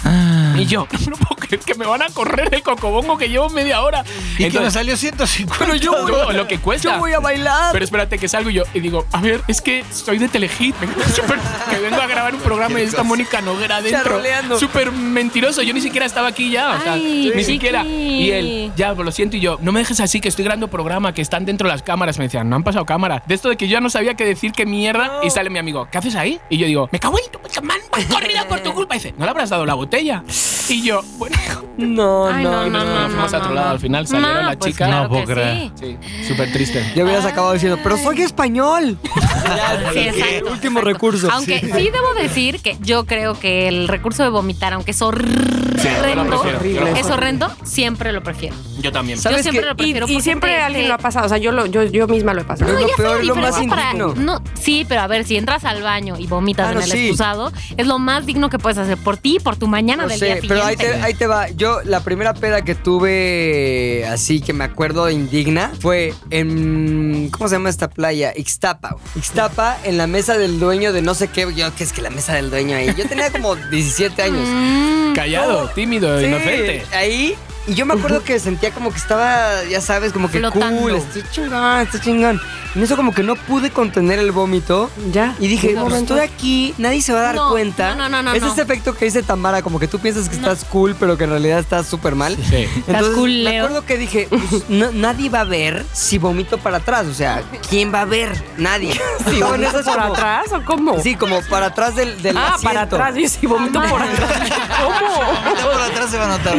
Y yo, no puedo creer que me van a correr el cocobongo que llevo media hora.
Y que me
Entonces,
salió 150.
Pero yo voy,
todo lo que cuesta.
yo voy a bailar.
Pero espérate que salgo yo y digo, a ver, es que soy de Telehit, vengo súper- que vengo a grabar un programa y está Mónica Noguera dentro.
Charroleando.
Súper mentiroso, yo ni siquiera estaba aquí ya, o sea,
Ay,
ni
sí.
siquiera.
Chiqui.
Y él, ya, pues lo siento, y yo, no me dejes así, que estoy grabando programa, que están dentro las cámaras. Me decían, no han pasado cámaras. De esto de que yo ya no sabía qué decir, qué mierda, y sale mi amigo, ¿qué haces ahí? Y yo digo, me cago en tu puta man, voy corrida por tu culpa. Y dice, ¿no le habrás dado la botella? Y yo, bueno,
No,
Ay, no, no, no, no,
nos fuimos a otro
no,
lado.
no.
Al final salieron
No,
la
pues
chica.
claro
No puedo
que
creer.
sí.
sí, súper triste.
Ya hubieras acabado diciendo, pero soy español.
Sí, exacto, exacto.
Último recurso.
Aunque sí. debo decir que yo creo que el recurso de vomitar, aunque es horrendo,
Sí, yo lo prefiero, yo lo
es horrendo, siempre lo prefiero.
Yo también.
Yo
¿Sabes
siempre
qué?
lo
Y,
prefiero.
y
porque
siempre
te-
alguien
te-
lo ha pasado, o sea, yo, lo, yo, yo misma lo he pasado.
Pero
No,
es lo
ya
peor,
saben,
lo
pero
más
es para-
indigno.
no, sí, pero a ver, si entras al baño y vomitas
Ah, no,
en el
sí.
excusado, es lo más digno que puedes hacer por ti y por tu mañana
No
del
sé,
día
pero ahí
siguiente.
te, ahí te va. Yo, la primera peda que tuve, así que me acuerdo de indigna, fue en. ¿Cómo se llama esta playa? Ixtapa. güey. Ixtapa, en la mesa del dueño de no sé qué. Yo, que es que la mesa del dueño ahí. Yo tenía como 17 años.
Mm.
Callado, tímido,
Sí,
inocente.
Ahí. Y yo me acuerdo que sentía como que estaba, ya sabes, como que
Flotando.
cool, estoy chingón, estoy chingón. En eso como que no pude contener el vómito.
Ya.
Y dije,
Un
pues
momento.
estoy aquí, nadie se va a dar
No,
cuenta.
no, no, no,
es
no.
ese efecto que dice Tamara, como que tú piensas que estás cool, pero que en realidad estás súper mal.
Sí.
Entonces,
cool,
me
Leo.
acuerdo que dije, pues, no- nadie va a ver si vomito para atrás. O sea, ¿quién va a ver? Nadie. Sí,
¿Con esas por atrás o cómo?
Sí, como para atrás del, del
ah, para
asiento.
atrás. Yo sí vomito por atrás. ¿Cómo?
Por atrás se va a notar.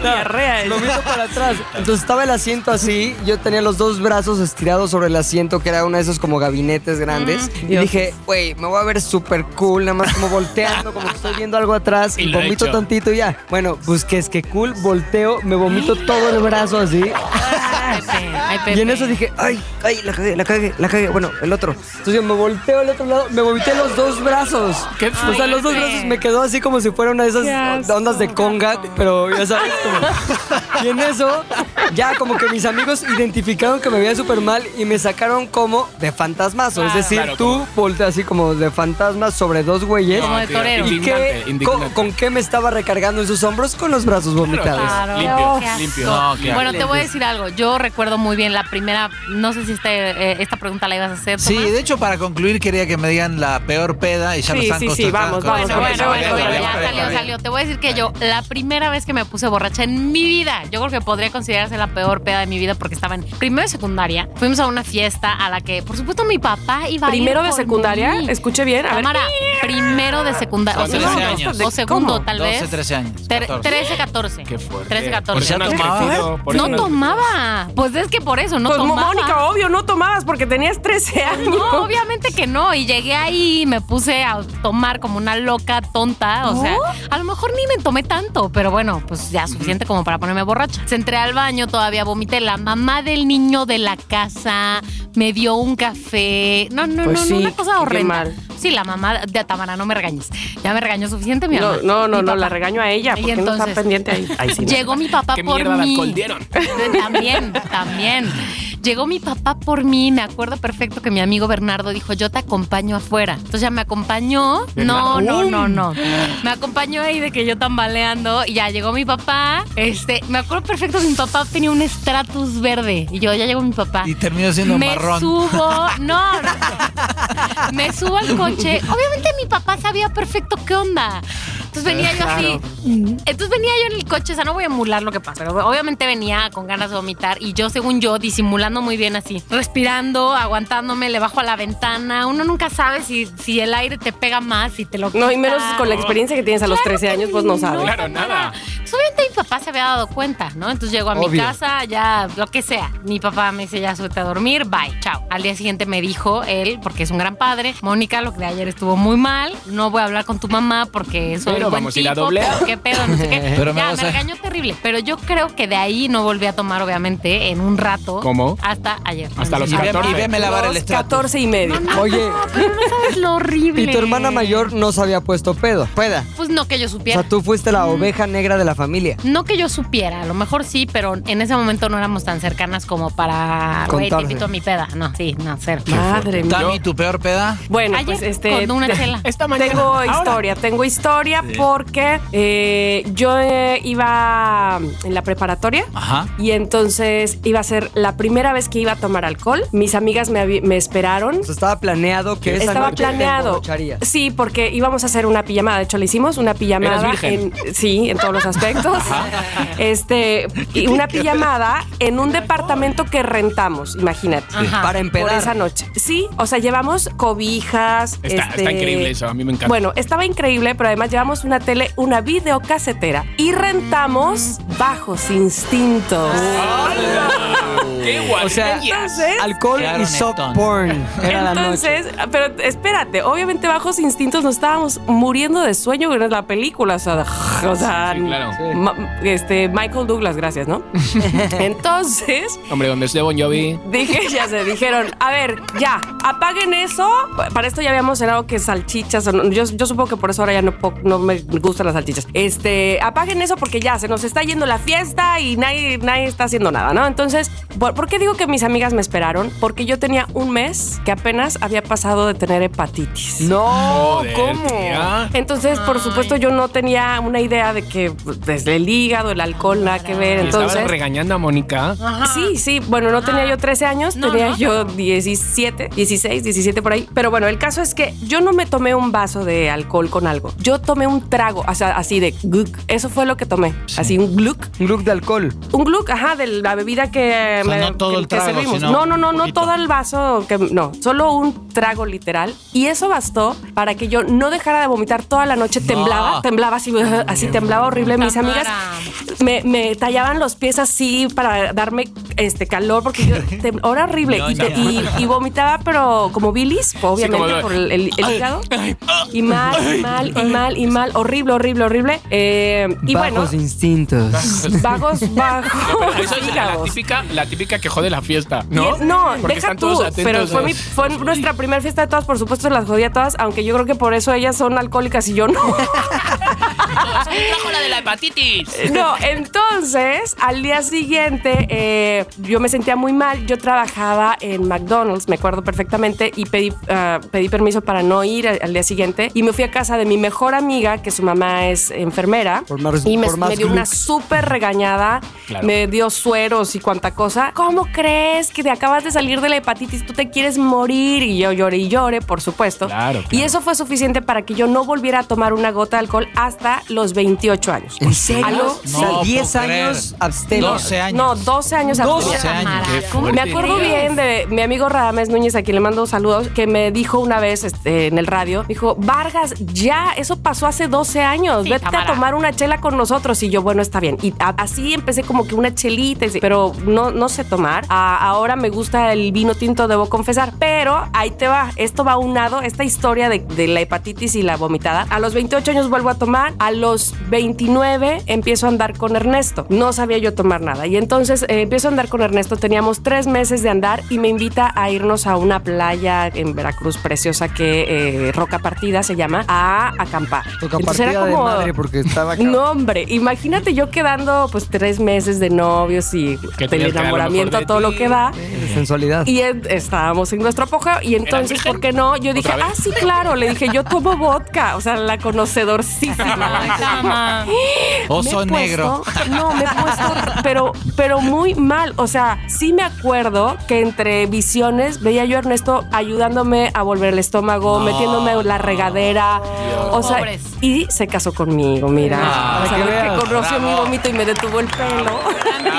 Diarrea.
Vomito para atrás. Entonces estaba el asiento así, yo tenía los dos brazos estirados sobre el asiento, que era uno de esos como gabinetes grandes. y
Dios.
dije, güey, me voy a ver súper cool, nada más como volteando, como que estoy viendo algo atrás,
Y
y,
lo he
vomito
hecho.
tantito y ya. Bueno, pues que es que cool, volteo, me vomito todo el brazo así.
Ay, Pepe. Ay, Pepe.
Y en eso dije, ay, ay, la cagué, la cagué, la cagué. Bueno, el otro. Entonces yo me volteo al otro lado, me vomité los dos brazos.
¿Qué?
O sea, los dos
Ay,
brazos
sí.
me quedó así como si fuera una de esas
asco.
ondas de conga, pero ya sabes como. Y en eso, ya como que mis amigos identificaron que me veía súper mal y me sacaron como de fantasmazo. Es
Claro.
decir,
Claro,
tú
como-
volteas así como de fantasma sobre dos güeyes.
Como de
tío,
torero.
¿Y qué-
Indignante, indignante.
con, con qué me estaba recargando en sus hombros? Con los brazos vomitados.
Claro. Ah.
Limpio,
Qué asco.
limpio.
No, qué
Bueno,
asco.
te voy a decir algo. Yo recuerdo muy bien la primera. No sé si este, eh, esta pregunta la ibas a hacer.
Sí,
Tomás.
de hecho, para concluir, quería que me digan la peor peda y ya
Sí,
lo están
sí, sí,
constatando.
vamos, vamos,
Bueno, bueno, bueno, bueno, ya salió,
bien.
salió. Te voy a decir que yo, la primera vez que me puse borracha en mi vida, yo creo que podría considerarse la peor peda de mi vida porque estaba en primero de secundaria. Fuimos a una fiesta a la que, por supuesto, mi papá iba a ir
Primero de
por
secundaria,
mí.
escuche bien. A ver.
Cámara, primero de secundaria. O,
Son 13
segundo,
años.
o segundo,
¿Cómo?
tal
12,
vez.
13 años.
Ter-
14.
13, 14.
Qué fuerte.
13, 14.
Por eso no has
¿Tomabas?
crecido, por eso
no
has-
tomaba. Pues es que por eso, no
pues
tomaba.
Mónica, obvio, no tomabas porque tenías 13 años.
No, obviamente que no. Y llegué ahí y me puse a tomar como una loca tonta. O sea, a lo mejor ni me tomé tanto, pero bueno, pues ya suficiente como para ponerme borracha. Se entré al baño, todavía vomité. La mamá del niño de la casa me dio un café. No, no,
Pues
no,
sí,
no, una cosa
qué
horrenda.
mal.
Sí, la mamá de Tamara, no me regañes. Ya me regañó suficiente, mi
No,
amor.
no, no,
Mi
no, la
papá.
regaño a ella
Y
porque no está
entonces-
pendiente ahí. Ay, sí, no.
Llegó mi papá
¿Qué
por
mierda de
mí.
alcohol dieron?
También, también. Llegó mi papá por mí, me acuerdo perfecto que mi amigo Bernardo dijo, yo te acompaño afuera. Entonces ya me acompañó. No, no, no, no. Me acompañó ahí de que yo tambaleando y ya llegó mi papá. Este, me acuerdo perfecto que mi papá tenía un Stratus verde y yo ya llegó mi papá.
Y terminó siendo
me
marrón.
subo, no, no. me subo al coche. Obviamente mi papá sabía perfecto qué onda. Entonces venía yo así. Entonces venía yo en el coche, o sea, no voy a emular lo que pasa, pero obviamente venía con ganas de vomitar y yo, según yo, disimulando muy bien así, respirando, aguantándome, le bajo a la ventana. Uno nunca sabe si, si el aire te pega más, si te lo
No, y menos
quita.
con la experiencia que tienes a los 13 años, pues no sabes.
Claro, nada.
Pues, obviamente mi papá se había dado cuenta, ¿no? Entonces llego a mi
Obvio.
casa, ya lo que sea. Mi papá me dice, ya suelta a dormir, bye, chao. Al día siguiente me dijo él, porque es un gran padre, Mónica, lo que de ayer estuvo muy mal, no voy a hablar con tu mamá porque soy
Pero
un buen
vamos a ir a
tipo,
doblear.
pero qué pedo, no sé qué.
Pero me
ya,
vas
me
a-
regañó terrible. Pero yo creo que de ahí no volví a tomar, obviamente, en un rato.
¿Cómo?
Hasta ayer.
Hasta los
Y ve- Y
14.
veme lavar el
Los
estrato.
14 y medio.
Oye,
Pero no sabes lo horrible.
y tu hermana mayor no se había puesto pedo. Peda.
Pues no que yo
O
supiera.
sea, tú fuiste la oveja negra de la familia.
No que yo supiera, a lo mejor sí, pero en ese momento no éramos tan cercanas como para. Güey, te
Contarse.
invito a mi peda. No, sí, no, cero.
Madre
Tami,
mía.
tu peor peda.
Bueno,
Ayer
pues este.
con una chela.
Esta mañana.
Tengo
ahora.
historia, tengo historia porque eh, yo eh, iba en la preparatoria
Ajá.
y entonces iba a ser la primera vez que iba a tomar alcohol. Mis amigas me, avi- me esperaron.
O sea, estaba planeado que esa
Estaba
noche te
planeado.
emborracharías.
Sí, porque íbamos a hacer una pijamada. De hecho, le hicimos una pijamada.
Eras virgen.
En, sí, en todos los aspectos. este, y una pijamada en un departamento que rentamos, imagínate.
Ajá.
Para
Ah, Por esa
empedar.
noche. Sí, o sea, llevamos cobijas.
Está- está
este,
increíble eso, a mí me encanta.
Bueno, estaba increíble, pero además llevamos una tele, una videocasetera y rentamos bajos instintos.
Ah. ¡Hala! ¡Qué guay!
O sea,
Entonces,
Alcohol
Quedaron
y soft
tontos.
porn. Era la noche.
Entonces, pero espérate, obviamente bajos instintos nos estábamos muriendo de sueño con la película, o sea, o sea,
sí, claro.
ma- este Michael Douglas, gracias, ¿no? Entonces,
Hombre, donde esté Bon Jovi.
dije, ya se dijeron, a ver, ya, apaguen eso. Para esto ya habíamos cenado que salchichas, o no- yo, yo supongo que por eso ahora ya no, po- no me gustan las salchichas. Este, apaguen eso porque ya se nos está yendo la fiesta y nadie, nadie está haciendo nada, ¿no? Entonces, ¿por, por qué digo que mis amigas me esperaron? Porque yo tenía un mes que apenas había pasado de tener hepatitis. Oh,
No,
Joder,
¿cómo?
tía.
Entonces, por supuesto, yo no tenía una idea de que pues, desde el hígado, el alcohol, nada que ver.
Y
Entonces, Ah.
Estaba regañando a Mónica.
Sí, sí, bueno, no tenía yo 13 años,
No,
tenía
no.
yo 17, 16, 17 por ahí. Pero bueno, el caso es que yo no me tomé un vaso de alcohol con algo. Yo tomé un trago, o sea, así de gluk. Eso fue lo que tomé, así un gluk.
Un look de alcohol.
Un gluk, ajá, de la bebida que,
O sea, no todo
que-
el
que
trago,
servimos.
sino
no, no, no,
un
no
poquito.
todo el vaso, que no, solo un trago literal. Y eso bastó para que yo no dejara de vomitar toda la noche. Temblaba, temblaba así, así temblaba horrible. Mis
Tamara.
amigas me, me tallaban los pies así para darme este calor porque yo tem- era horrible
No,
y, te-
no.
y- y vomitaba, pero como bilis, obviamente
como-
por el, el- el
Ay,
hígado.
ay, ah.
Y mal, y mal, y mal, y mal, horrible, horrible, horrible. Eh, y bueno,
Bajos instintos.
vagos, bajos,
Eso es la
hígados.
típica, la típica que jode la fiesta,
Y
¿no?
es- no,
Porque
deja
están
tú.
todos atentos.
Pero fue,
a-
mi- fue nuestra primera fiesta de todas, por supuesto las jodía todas, aunque yo creo que por eso ellas son alcohólicas y yo no.
Trajo la de la hepatitis.
Eh, No, entonces al día siguiente eh, yo me sentía muy mal. Yo trabajaba en McDonald's, me acuerdo perfectamente, y pedí, ah, pedí permiso para no ir al, al día siguiente. Y me fui a casa de mi mejor amiga, que su mamá es enfermera.
Por más-
y me,
por más
me dio una
gluk.
súper regañada.
Claro.
Me dio sueros y cuanta cosa. ¿Cómo crees que te acabas de salir de la hepatitis? Tú te quieres morir. Y yo lloré y lloré, por supuesto.
Claro,
Y
claro.
eso fue suficiente para que yo no volviera a tomar una gota de alcohol hasta los 28 años.
¿En serio?
¿Aló?
O sea,
No,
10
puedo creer.
años abstenido.
12 años.
No, 12 años atrás.
12 años.
Tamara,
Qué
¿cómo
fuerte.
Me acuerdo
crees?
bien de mi amigo Radamés Núñez, a quien le mando saludos, que me dijo una vez este, en el radio, me dijo, Vargas, ya, eso pasó hace 12 años,
Sí,
vete
Tamara.
a tomar una chela con nosotros. Y yo, bueno, está bien. Y a- así empecé como que una chelita, y sí, pero no, no sé tomar. A- ahora me gusta el vino tinto, debo confesar, pero ahí te va, esto va unado, esta historia de, de la hepatitis y la vomitada. A los 28 años vuelvo a tomar, a los 29 empiezo a andar con Ernesto. No sabía yo tomar nada. Y entonces eh, empiezo a andar con Ernesto. Teníamos tres meses de andar y me invita a irnos a una playa en Veracruz preciosa que eh, Roca Partida se llama, a acampar.
Toca
Entonces
partida
era
de
como-
madre porque estaba cabrón.
no, hombre, imagínate yo quedando pues tres meses de novios y
Que tenías que dar
del
lo mejor
enamoramiento,
de
todo lo
ti.
que da.
Eh, Sensualidad.
Y en- estábamos en nuestro apogeo. Y entonces,
virgen?
¿por qué no? Yo dije,
¿Otra vez?
ah, sí, claro. Le dije, yo tomo vodka. O sea, la
Ay,
conocedorcísima.
Tama.
Oso
Me he
negro.
puesto- no, me he puesto, pero, pero muy mal. O sea, sí me acuerdo que entre visiones veía yo a Ernesto ayudándome a volver el estómago, metiéndome en la regadera. O sea,
Pobres.
y se casó conmigo, mira.
Ah,
o sea,
para que
que
veas.
conoció mi vómito y me detuvo el pelo.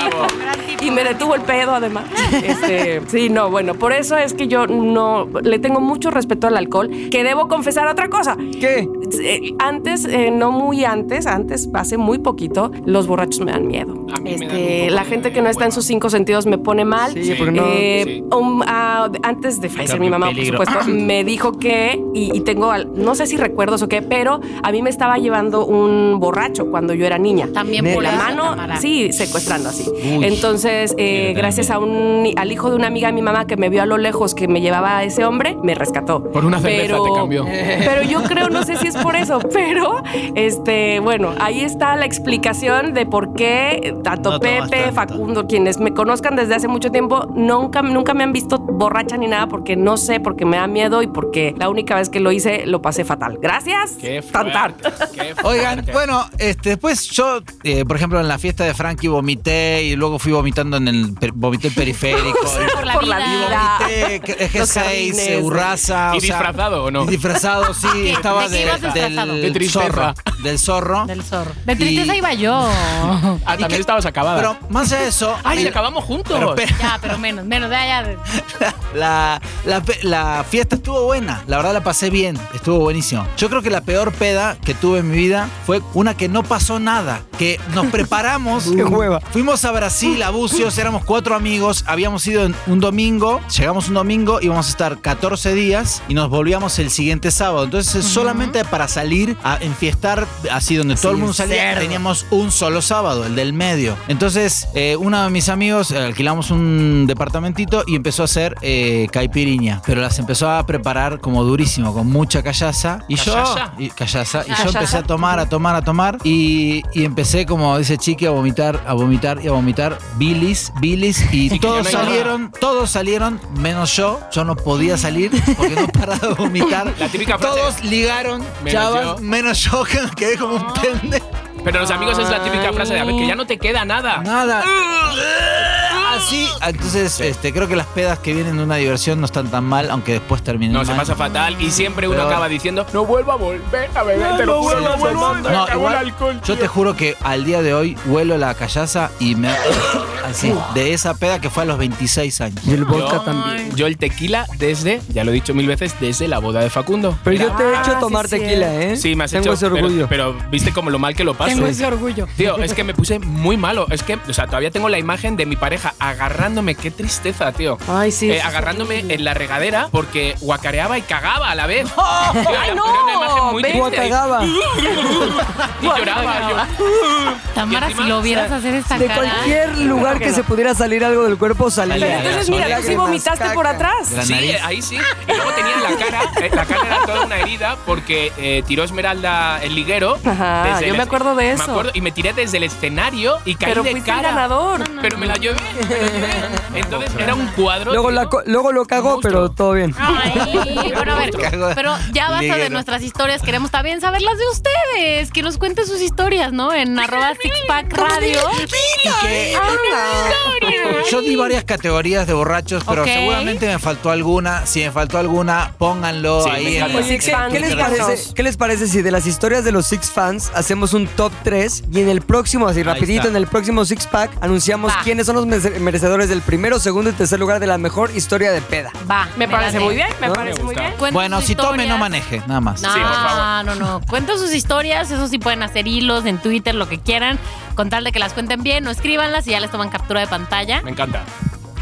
Y me detuvo el pedo además. Este, sí, no, bueno, por eso es que yo no le tengo mucho respeto al alcohol, que debo confesar otra cosa.
¿Qué?
Eh, Antes, eh, no muy antes, antes, hace muy poquito, los borrachos me dan miedo.
A mí me
Este,
dan un poco
la
de
gente que no está en
hueva.
sus cinco sentidos me pone mal.
Sí, porque no.
Eh,
Sí.
um, ah, antes de fallecer mi mamá, por
peligro.
supuesto, me dijo que, y, y tengo, al- no sé si recuerdos o qué, pero a mí me estaba llevando un borracho cuando yo era niña.
También
De
por
La
eso,
mano,
Tamara.
sí, secuestrando así.
Uy.
Entonces, eh, gracias a un, al hijo de una amiga de mi mamá que me vio a lo lejos que me llevaba a ese hombre, me rescató.
Por una cerveza te cambió.
Pero yo creo, no sé si es por eso, pero este, bueno, ahí está la explicación de por qué tanto
No tomas
Pepe,
tanto.
Facundo, quienes me conozcan desde hace mucho tiempo, nunca, nunca me han visto borracha ni nada porque no sé, porque me da miedo y porque la única vez que lo hice lo pasé fatal. Gracias.
Qué fuerte,
Tan, tan.
qué fuerte.
Oigan, bueno, este, después yo, eh, por ejemplo, en la fiesta de Frankie vomité y luego fui vomitando en el, per- vomité el periférico.
Por la
Por la
vida.
vida.
Vomité, que-
Los
G6,
jardines.
eh, Urraza.
¿Y
o sea,
disfrazado o no?
y Disfrazado, sí, estaba
¿De qué
de-
ibas disfrazado?
Qué
del
tristeza.
zorro. Del zorro.
Del zorro. De
Y-
tristeza iba yo.
Ah, también
que-
estabas acabada.
Pero más allá de eso.
¡Ay,
mira,
acabamos juntos!
pero pe-
Ya, pero menos, menos. Ya, ya. de-
la, la pe- la fiesta estuvo buena, la verdad la pasé bien, estuvo buenísimo. Yo creo que la peor peda que tuve en mi vida fue una que no pasó nada, que nos preparamos.
Qué hueva.
Fuimos a Brasil, a Bucios, éramos cuatro amigos, habíamos ido en un domingo, llegamos un domingo, íbamos a estar 14 días y nos volvíamos el siguiente sábado. Entonces, solamente para salir a enfiestar, así donde todo el mundo salía, teníamos un solo sábado, el del medio. Entonces, eh, uno de mis amigos eh, alquilamos un departamentito y empezó a hacer eh, caipiriña, pero las empezó a preparar como durísimo, con mucha callaza. Y
¿Callaza?
yo, y, callaza, y yo
Callaza.
empecé a tomar, a tomar, a tomar. Y, y empecé, como dice Chiqui, a vomitar, a vomitar y a vomitar. Bilis, bilis. Y
Chiqui,
todos
ya no hay
salieron, todos salieron, menos yo. Yo no podía salir porque no paraba de vomitar.
La típica frase.
Todos ligaron,
Menos
chavas,
yo.
menos yo, que me quedé como un pendejo.
Ah. Pero los amigos es la típica frase de a ver que ya no te queda nada.
Nada. así, entonces este, creo que las pedas que vienen de una diversión no están tan mal, aunque después terminen
No, se
mal.
pasa fatal y siempre uno
Peor.
acaba diciendo, no vuelvo a volver a beber,
No,
te lo
no
juro,
vuelvo a
no vuelvo a
volver.
beber,
No,
me acabó el
igual,
alcohol,
Yo
tío".
te juro que al día de hoy huelo la callaza y me... Así, de esa peda que fue a los 26 años.
Y el vodka
Yo-
también.
Yo el tequila desde, ya lo he dicho mil veces, desde la boda de Facundo.
Pero yo
Mira,
te he hecho
Ah, sí,
tomar
cierto.
tequila, ¿eh?
Sí, me has
Tengo
hecho-
ese
pero-
orgullo.
Pero, viste como lo mal que lo paso.
Tengo ese orgullo.
Tío, es que me puse muy malo. Es que, o sea, todavía tengo la imagen de mi pareja agarrándome. Qué tristeza, tío.
Ay, Ah, sí.
Eh, agarrándome en la regadera porque guacareaba y cagaba a la vez. Tío, era-
¡Ay, no!
era una imagen muy
Ven.
triste.
Guacagaba.
Y lloraba. yo-
Tamara,
Y
si
encima,
lo vieras hacer esta
De
cara.
cualquier lugar que se pudiera salir algo del cuerpo,
Pero
salía.
Entonces, mira, tú sí
Lágrimas,
vomitaste
caca.
por atrás.
La
sí,
nariz.
ahí sí. Y luego tenía la cara, eh, la cara era toda una herida porque eh, tiró Esmeralda el liguero.
Ajá, yo
el
me
es-
acuerdo de eso.
Me acuerdo y me tiré desde el escenario y caí
Pero
de
fuiste el
cara.
ganador.
Pero me la llevé. me la llevé. Entonces era un cuadro.
Luego, la
tío.
co- luego lo cagó,
Monstruo.
pero todo bien.
Ay, bueno, a ver,
Cago de-
pero ya basta de
liguero.
nuestras historias, queremos también saber las de ustedes, que nos cuenten sus historias, ¿no? En arroba sixpack radio.
Y que- Yo di varias categorías de borrachos, pero
Ok.
seguramente me faltó alguna. Si me faltó alguna, pónganlo
Sí, me
ahí.
encanta.
el-
Oye, ¿qué,
fans,
qué les
díganos.
parece, qué les parece si de las historias de los Six fans hacemos un top 3 y en el próximo, así rapidito,
está.
en el próximo Six Pack anunciamos
Va.
quiénes son los merece- merecedores del primero, segundo y tercer lugar de la mejor historia de peda?
Va.
Me parece
late.
muy bien, me
No, me
parece muy
gusta.
bien.
Cuenten
Bueno,
sus
si tome, no
historias.
maneje, nada más.
No,
Sí, por favor.
no, no. Cuenten sus historias, eso sí pueden hacer hilos en Twitter, lo que quieran, con tal de que las cuenten bien o escríbanlas y ya les toman captura de pantalla.
Me encanta.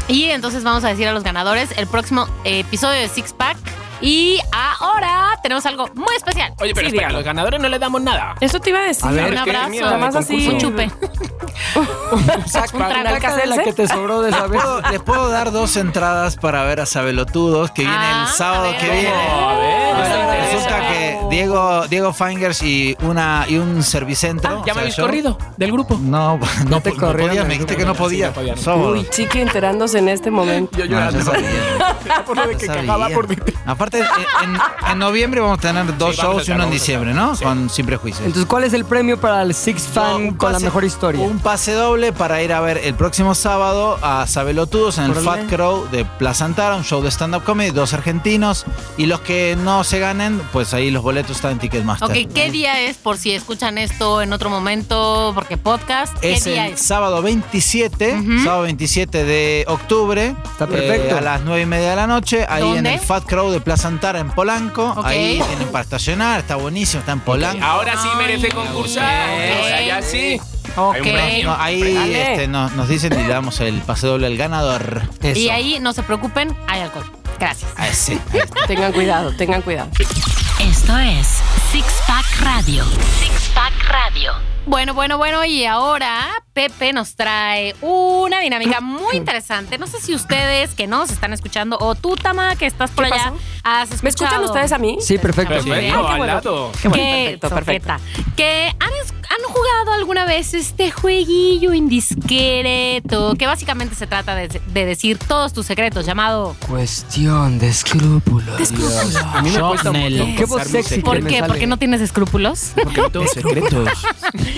Y entonces vamos a decir a los ganadores el próximo episodio de Six Pack. Y ahora tenemos algo muy especial.
Oye, pero
Sí,
espera, a
dígalo.
los ganadores no le damos nada.
Eso te iba a decir.
A ver,
un
es que
abrazo,
mierda de
nada
más así.
concurso.
Un chupe.
Exacto,
trago.
la caca de la que te sobró de esa vez.
Puedo- Les puedo dar dos entradas para ver a Sabelotudos, que viene
Ah,
el sábado
a ver,
que
a ver.
viene.
Oh, a ver,
Ahora,
a ver,
Resulta
a ver.
que Diego, Diego Fingers y, una, y un servicentro.
Ya
o sea,
me habéis
yo-
corrido del grupo.
No, no,
te
po- no
corrieron
podía,
del
me dijiste
grupo.
que no
Sí, no
podía.
podía, no.
Sábado.
Uy, chiqui, enterándose en este momento.
No, Ah, ya sabía.
por lo de
Ya sabía. Aparte, en, en- en noviembre vamos a tener dos
Sí, vamos a
shows y
estar,
uno en
vamos a
diciembre,
estar.
¿no?
Sí.
Con Sin Prejuicios.
Entonces, ¿cuál es el premio para el Six
No,
Fan
un
con la
pase-
mejor historia?
Un pase doble para ir a ver el próximo sábado a Sabelotudos en el
Órale.
Fat Crow de Plaza Antara, un show de stand-up comedy, dos argentinos. Y los que no se ganen, pues ahí los boletos están en Ticketmaster.
Ok, ¿qué día es? Por si escuchan esto en otro momento, porque podcast. ¿Qué
Es
día
el
es?
sábado 27,
Ujú.
sábado 27 de octubre. eh,
Está perfecto.
a las 9 y media de la noche, ahí en
¿Dónde?
el Fat Crow de Plaza Antara, en Polanco.
Ok.
Ahí tienen para estacionar, está buenísimo, está en Polanco.
Ahora sí merece
Ay,
concursar.
ok.
O sea, ya
Ah,
sí.
pues
Ok.
Hay un premio.
No, ahí
Dale.
este, nos, nos dicen y le damos el pase doble al ganador.
Eso.
Y ahí no se preocupen, hay alcohol. Gracias.
Ah, sí.
Tengan cuidado, tengan cuidado.
Esto es Six Pack Radio. Six Pack Radio.
Bueno, bueno, bueno, y ahora Pepe nos trae una dinámica muy interesante. No sé si ustedes que nos están escuchando o tú, Tama, que estás por
¿Qué
allá,
pasó?
has escuchado.
¿Me escuchan ustedes a mí?
Sí, perfecto.
Muy bien.
Perfecto,
Ah, qué
al
bueno.
lado.
Qué bueno,
Que-
perfecto, perfecto.
sofeta. Que han, es- han jugado alguna vez este jueguillo indiscreto, que básicamente se trata de, de decir todos tus secretos, llamado.
Cuestión de escrúpulos.
A mí me cuesta mucho
Qué voz
pensar mis
sexy.
secretos.
que
¿Por
me
qué?
sale.
¿Por qué no tienes escrúpulos?
Secretos, secretos.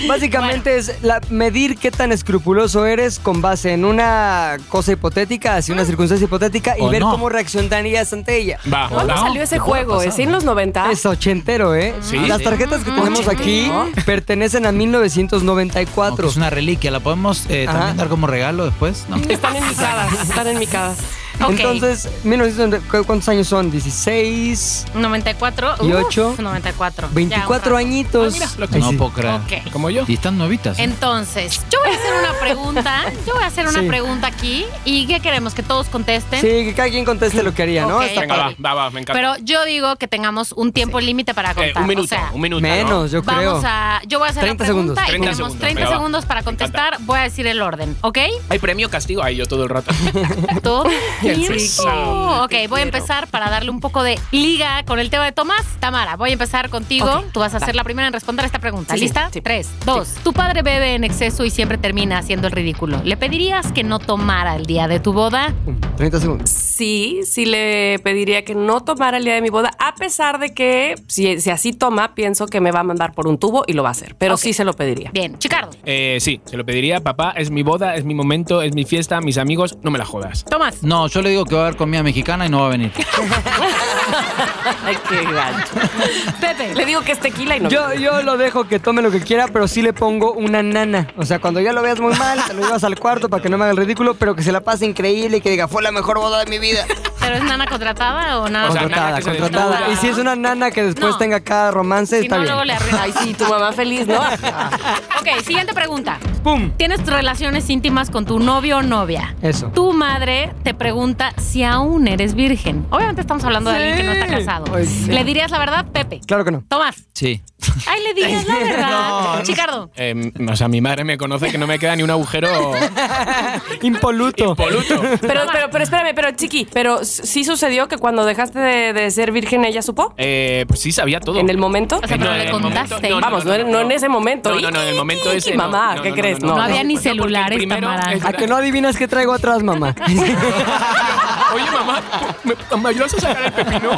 Básicamente es la- medir qué tan escrupuloso eres con base en una cosa hipotética, hacia una circunstancia hipotética y
O
ver
no.
cómo reaccionarías ante ella.
Va,
¿Cuándo
va.
salió ese juego? ¿Es en los 90?
Es ochentero, ¿eh?
Sí.
Las
Sí.
tarjetas que
Mm,
tenemos aquí pertenecen a
Aunque
1994.
Es una reliquia, ¿la podemos eh,
Ajá.
también dar como regalo después? No.
Están enmicadas, están enmicadas.
Ok.
Entonces, 1990 ¿cuántos años son? 16,
94.
¿Y
uf,
ocho?
94.
24
años.
Ah,
añitos.
mira, lo
Ahí
No
sí.
puedo creer.
Ok.
Como yo.
Y están novitas. ¿eh?
Entonces, yo voy a hacer una pregunta. Yo voy a hacer una
Sí.
pregunta aquí. ¿Y qué queremos? ¿Que todos contesten?
Sí, que cada quien conteste lo que haría, ¿no?
Ok.
Está
Venga, va,
padre.
va, va, me encanta.
Pero yo digo que tengamos un tiempo límite para
Eh,
contar.
un
O
minuto,
sea,
un minuto. ¿no?
Menos, yo creo.
Vamos a. Yo voy a hacer
30
la pregunta y
segundos.
30
tenemos
segundos,
30
venga, va.
segundos para contestar. Voy a decir el orden, ¿ok?
Hay premio castigo ahí yo todo el rato.
Todo.
friki.
listo. Ok, voy a empezar para darle un poco de liga con el tema de Tomás. Tamara, voy a empezar contigo.
Ok,
Tú vas a ser
va.
la primera en responder esta pregunta.
Sí, sí,
¿Lista?
sí.
Tres, dos. Tu padre bebe en exceso y siempre termina haciendo el ridículo. ¿Le pedirías que no tomara el día de tu boda?
Pum, 30 segundos.
sí, sí le pediría que no tomara el día de mi boda, a pesar de que si, si así toma, pienso que me va a mandar por un tubo y lo va a hacer. Pero
Ok.
sí se lo pediría.
Bien, Chicardo.
Eh, sí, se lo pediría, papá, es mi boda, es mi momento, es mi fiesta, mis amigos, no me la jodas.
Tomás.
No, yo le digo que va a haber comida mexicana y no va a venir.
Ay, qué gacho.
Pepe.
Le digo que es tequila y no.
Yo, yo lo dejo que tome lo que quiera, pero sí le pongo una nana. O sea, cuando ya lo veas muy mal, te lo llevas al cuarto para que no me haga el ridículo, pero que se la pase increíble y que diga, fue la mejor boda de mi vida.
¿Pero es nana contratada o nada?
O sea, nana
contratada,
que se
contratada.
desnuda.
Y si es una nana que después
No.
tenga cada romance,
si
está
no,
bien.
luego le arruina.
Ay, sí, tu mamá feliz, ¿no?
ok, siguiente pregunta.
¡Pum!
Tienes relaciones íntimas con tu novio o novia.
Eso.
Tu madre te pregunta si aún eres virgen. Obviamente estamos hablando de alguien que no está casado.
Ay, sí.
¿Le dirías la verdad, Pepe?
Claro que no.
Tomás.
Sí.
Ay, le dirías la verdad. Chicardo.
Eh, o sea, mi madre me conoce que no me queda ni un agujero
Impoluto.
impoluto.
Pero, pero, pero espérame, pero Chiqui, pero sí sucedió que cuando dejaste de, de ser virgen ella supo
Eh, pues sí, sabía todo.
en el momento.
O sea, pero
No,
le
en el momento-
contaste.
Vamos, no, en- no en ese momento.
No, no, no, en el momento ese. no,
Mamá,
no,
¿qué
no,
crees?
No había ni
porque el
celulares,
primero
Tamara.
es-
A que no adivinas qué traigo atrás, mamá.
Oye, mamá, ¿me, me ayudas a sacar el pepino?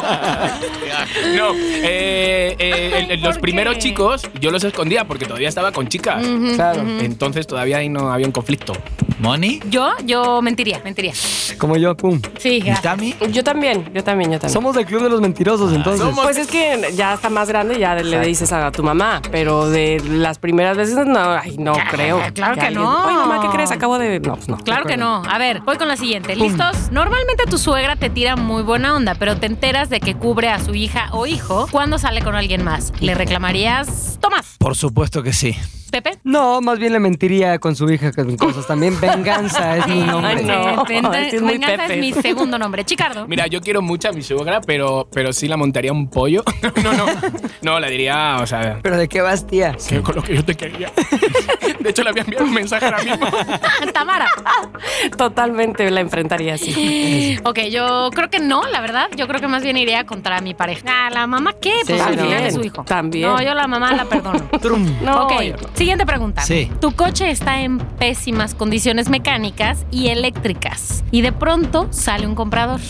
No, eh, eh, el- el- los
¿por
primeros
qué?
chicos yo los escondía porque todavía estaba con chicas.
claro.
Entonces todavía ahí no había un conflicto.
¿Moni?
Yo, yo mentiría, mentiría.
Como yo, pum.
Sí,
¿Y
gracias.
Tami?
Yo también, yo también, yo también.
Somos del club de los mentirosos, entonces.
somos-
Pues es que ya está más grande, ya le dices a tu mamá, pero de las primeras veces no, ay, no creo.
claro que
alguien-
no.
Oye, mamá, ¿qué crees? Acabo de. No, pues no.
Claro que no. A ver, voy con la siguiente. ¿Listos? Normalmente tu suegra te tira muy buena onda, pero te enteras de que cubre a su hija o hijo cuando sale con alguien más. ¿Le reclamarías? Tomás,
Por supuesto que sí.
Pepe.
No, más bien le mentiría con su hija con cosas también. Venganza es mi nombre.
Ay, no.
Te- te- te-
Este es muy
Venganza
Pepe.
es mi segundo nombre. Chicardo.
Mira, yo quiero mucho a mi suegra, pero, pero sí la montaría un pollo. No, no, no, la diría, o sea,
Pero ¿de qué vas, tía?
que con lo que yo te quería. De hecho, le había enviado un mensaje ahora mismo.
Ah, Tamara.
Totalmente la enfrentaría así.
Ok, yo creo que no, la verdad. Yo creo que más bien iría contra mi pareja. Ah, la mamá qué? Pues al
también,
final es su hijo.
también.
No, yo la mamá la perdono.
Trum.
No,
ok,
yo no.
siguiente pregunta.
Sí.
Tu coche está en pésimas condiciones mecánicas y eléctricas y de pronto sale un comprador.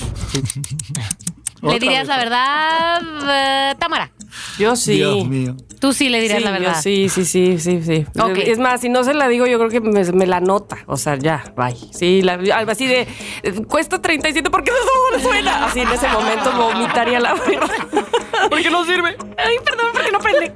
¿Le dirías la verdad, eh, Tamara?
Yo sí.
mío.
Tú sí le dirías
Sí,
la
yo
verdad.
sí, sí, sí, sí, sí.
Ok.
Es más, si no se la digo, yo creo que me, me la nota. O sea, ya, bye. Sí, la- algo así de, eh, cuesta 37 porque no suena. Así en ese momento vomitaría la verdad.
¿Por qué no sirve?
Ay, perdón, porque no prende.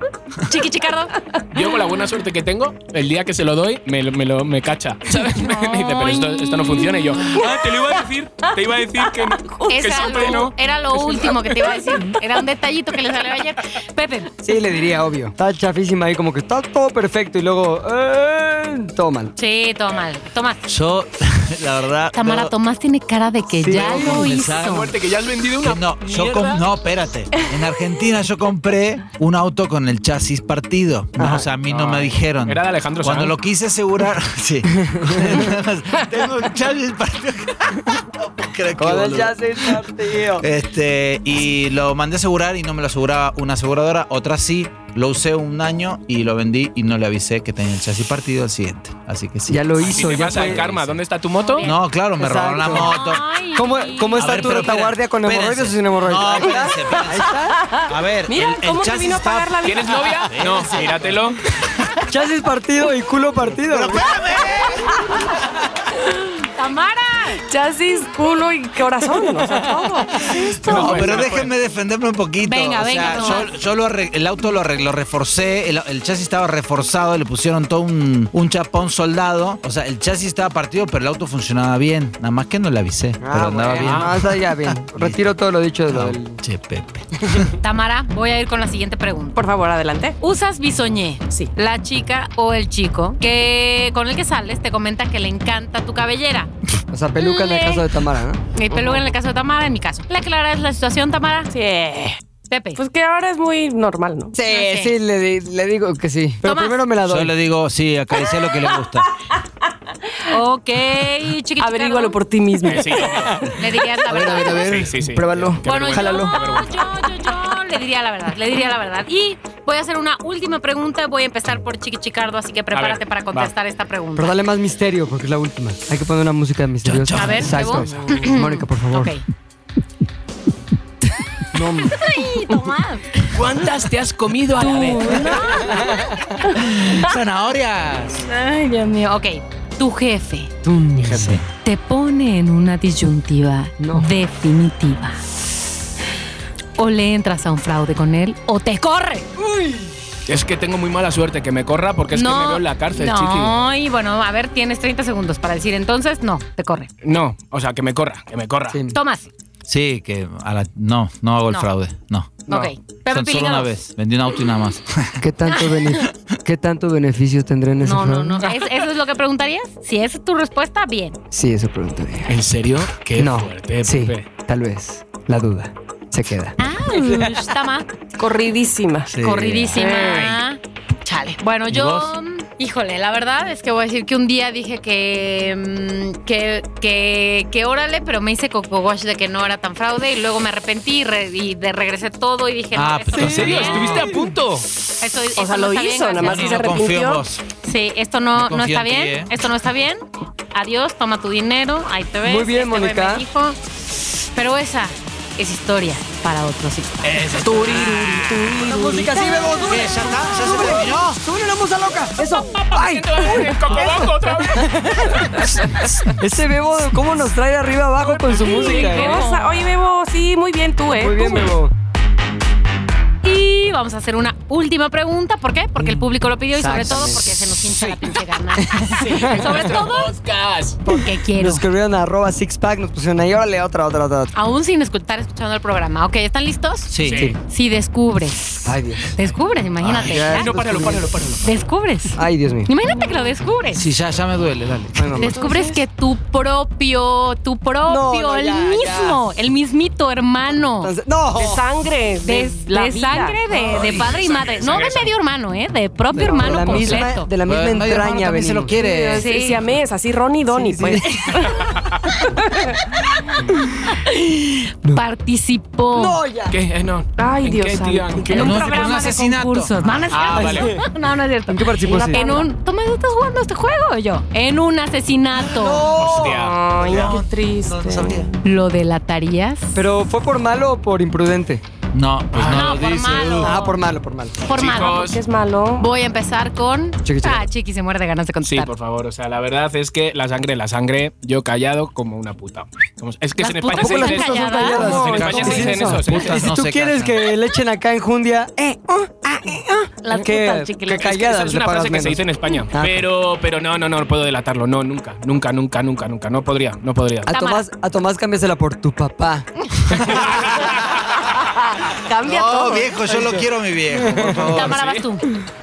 Chiqui Chicardo.
Yo, con la buena suerte que tengo, el día que se lo doy, me, lo- me, lo, me cacha. ¿Sabes? Me dice, pero esto, esto no funciona. Y yo, ah, te lo iba a decir, te iba a decir que no. que
Esa
siempre
lo-
no.
era lo último que te iba a decir. Era un detallito que le salió ayer. Pepe,
Sí, le diría, obvio. Está chafísima ahí, como que está todo perfecto y luego. Eh, todo mal.
sí, todo mal. Tomás.
Yo, la verdad.
Tamara,
debo-
Tomás tiene cara de que
Sí,
ya
debo
lo
confesar.
hizo.
Muerte, que ya has vendido una.
Que No, yo
mierda.
com- no, espérate. En Argentina yo compré un auto con el chasis partido. No,
Ajá.
o sea, a mí no me dijeron.
eh, Era de Alejandro
Cuando
Sanz.
lo quise asegurar, sí. Tengo un chasis partido. No puedo creer que,
Joder,
boludo.
ya se está, tío.
Este, y lo mandé a asegurar y no me lo aseguraba una aseguradora, otra sí. Lo usé un año y lo vendí y no le avisé que tenía el chasis partido al siguiente. Así que sí.
Ya lo
Si
hizo,
te
ya
pasa el
fue.
karma, ¿dónde está tu moto?
No, claro, me robaron la
Exacto. Ah.
moto.
Ay.
¿Cómo, cómo está
A ver,
tu
pero
retaguardia
espérense,
con hemorroides o sin hemorroides?
No,
Ahí está.
espérense, espérense.
Ahí está.
A ver,
Mira
el, el
cómo te
chasis
vino a
está-
pagar la
¿Tienes novia? No, míratelo.
Chasis partido y culo partido. Ah,
Tamara.
Chasis, culo y corazón. O sea, todo.
No,
Bueno,
pero
pues.
déjenme defenderme un poquito.
Venga,
O sea,
venga,
Yo, yo lo arreg- el auto lo, arreg- lo reforcé, el, el chasis estaba reforzado, le pusieron todo un, un chapón soldado. O sea, el chasis estaba partido, pero el auto funcionaba bien. Nada más que no le avisé, pero
Ah,
andaba
bueno,
bien.
no, está ya bien. Retiro todo lo dicho de lo del.
Che, Pepe.
Tamara, voy a ir con la siguiente pregunta.
Por favor, adelante.
¿Usas bisoñé?
Sí.
La chica o el chico que con el que sales te comenta que le encanta tu cabellera.
O sea, peluca en el
Le-
caso de Tamara, ¿no?
Mi peluca en el caso de Tamara, en mi caso. ¿Le aclaras la situación, Tamara?
Sí.
Pepe.
Pues que ahora es muy normal, ¿no?
Sí,
sé.
sí, le, di- le digo que sí. Pero
Tomás.
primero me la
Yo
doy.
le digo, sí, acaricia lo que le gusta.
ok, chiquitito.
Averígualo por ti mismo.
Eh, Sí, obvio.
Le dirías la
A ver, a ver, a
verdad.
ver.
Sí, sí, sí.
Pruébalo.
Bueno, yo,
Jálalo.
yo, yo, yo, le diría la verdad, le diría la verdad. Y Voy a hacer una última pregunta. Voy a empezar por Chiqui Chicardo, así que prepárate
ver,
para
va.
contestar esta pregunta.
Pero dale más misterio, porque es la última. Hay que poner una música misteriosa.
A ver,
Exacto. Mónica, por favor.
Ok.
No,
Ay, Tomás.
¿Cuántas te has comido a la vez?
¡Zanahorias!
Ay, Dios mío. Ok. Tu jefe
tú, mi jefe.
Te pone en una disyuntiva
No.
definitiva. O le entras a un fraude con él o te corre.
Es que tengo muy mala suerte que me corra porque es que me veo en la cárcel,
no,
chiqui.
y bueno, a ver, tienes 30 segundos para decir entonces, no, te corre.
No, o sea, que me corra, que me corra.
Sí.
Tomás.
Sí, que a la- no, no hago el
No.
fraude, no.
No.
Ok. Pepe
Son solo
Pilinga
una
dos.
vez. Vendí un auto y nada más.
¿Qué tanto, bene- ¿Qué tanto beneficio tendré en ese
No, no,
fraude?
no. ¿Es- ¿Eso es lo que preguntarías? Si esa es tu respuesta, bien.
Sí, eso preguntaría.
¿En serio? Qué
no.
fuerte,
sí,
Pepe.
tal vez. La duda se queda.
Ouch, Tama.
Corridísima.
Sí.
Corridísima. Chale. Bueno, yo.
vos?
Híjole, la verdad es que voy a decir que un día dije que. mm, que. que. que órale, pero me hice coco wash de que no era tan fraude y luego me arrepentí y, re- y de regresé todo y dije.
Ah,
no, esto
pero
¿En
no-
serio?
Sí.
¿Estuviste a punto?
Esto-
O
esto no
sea, lo
está bien,
hizo, nada más
gracias.
que
Y
se
no confío en
arrepintió.
vos.
Sí, esto no,
No
no está
confío en ti,
bien.
¿eh?
Esto no está bien. Adiós, toma tu dinero. Ahí te ves.
Muy bien,
ahí te ve
Mónica.
mi hijo. Pero esa es historia para otros. Six
Eh.
Pack.
La música sí, Bebo.
¿Qué? ¿Ya está? ¿Ya se terminó?
¡Súbele la música loca! ¡Eso! ¡Ay!
El cocobongo otra vez.
Ese Bebo, ¿cómo nos trae arriba abajo con su música?
Qué
eh?
cosa. Oye, Bebo, sí, muy bien tú, ¿eh?
Muy bien,
Tú.
Bebo.
Y vamos a hacer una última pregunta. ¿Por qué?
Mm,
Porque el público lo pidió y sobre todo
Exactamente.
porque se nos hincha la pinche gana. sobre todo
Podcast.
porque quiero.
Nos escribieron a arroba sixpack, nos pusieron ahí, órale, otra, otra, otra, otra.
Aún sin escuchar, escuchando el programa. Ok, ¿están listos?
Sí.
Sí. Eh,
Si descubres.
Ay, Dios.
Descubres, imagínate.
Ay,
ya.
Ay, no, páralo, páralo, páralo.
Descubres.
Ay, Dios mío.
Imagínate que lo descubres.
Sí, ya, ya me duele, dale.
Bueno, mamá.
Descubres que tu propio, tu propio,
no,
el
ya, ya.
mismo, el mismito hermano.
Entonces- ¡No!
De sangre.
De,
De, la
de
vida.
sangre de, de padre y madre. No de medio hermano, ¿eh? De propio
de
hermano
la misma,
completo.
de la misma
Bueno, medio hermano
entraña,
también se lo
venimos.
quiere.
Sí.
Sí. Siamés, así Ronnie y Donnie,
Sí, sí.
pues.
Participó.
No, ya.
¿Qué? Eh, no.
Ay,
¿En
Dios
qué,
santo.
tía? ¿En qué?
En un
No,
programa
en un
de
asesinato.
concursos. No, no es
Ah,
cierto. No, no es cierto.
¿En qué participó ese?
En un... ¿Tú me estás jugando este juego o yo? En un asesinato.
Hostia.
Ay, no, qué triste.
¿Lo delatarías?
¿Pero fue por malo o por imprudente?
No, pues
Ah,
no,
no,
lo
por
dice.
malo.
uh.
Ah, por malo, por malo.
Por malo.
¿Qué es malo?
Voy a empezar con...
Chiqui, chiqui.
Ah, Chiqui se muere de ganas de
Sí,
contestar.
por favor. O sea, la verdad es que la sangre, la sangre, yo callado como una puta. Como- Es que
¿Las
en España
putas
se
están
dicen eso.
calladas?
¿Cómo?
En España
¿Cómo
se dicen ¿eh?
es eso?
eso. se dicen
Y
Putas
eso.
si
no
tú
se
quieres
casan.
que le echen acá enjundia, eh, oh, ah, eh, oh.
Las
que,
putas, chiqui,
que
las putas.
Esa
calladas
es
le
una
pagas
frase que se
menos.
dice en España.
Ah.
Pero, pero no, no, no puedo delatarlo. No, nunca, nunca, nunca, nunca, nunca. No podría, no podría.
A Tomás, a Tomás cámbiasela por tu papá.
Cambia
No,
todo.
viejo, yo lo quiero a mi viejo, por favor.
Tamara, vas
sí.
tú.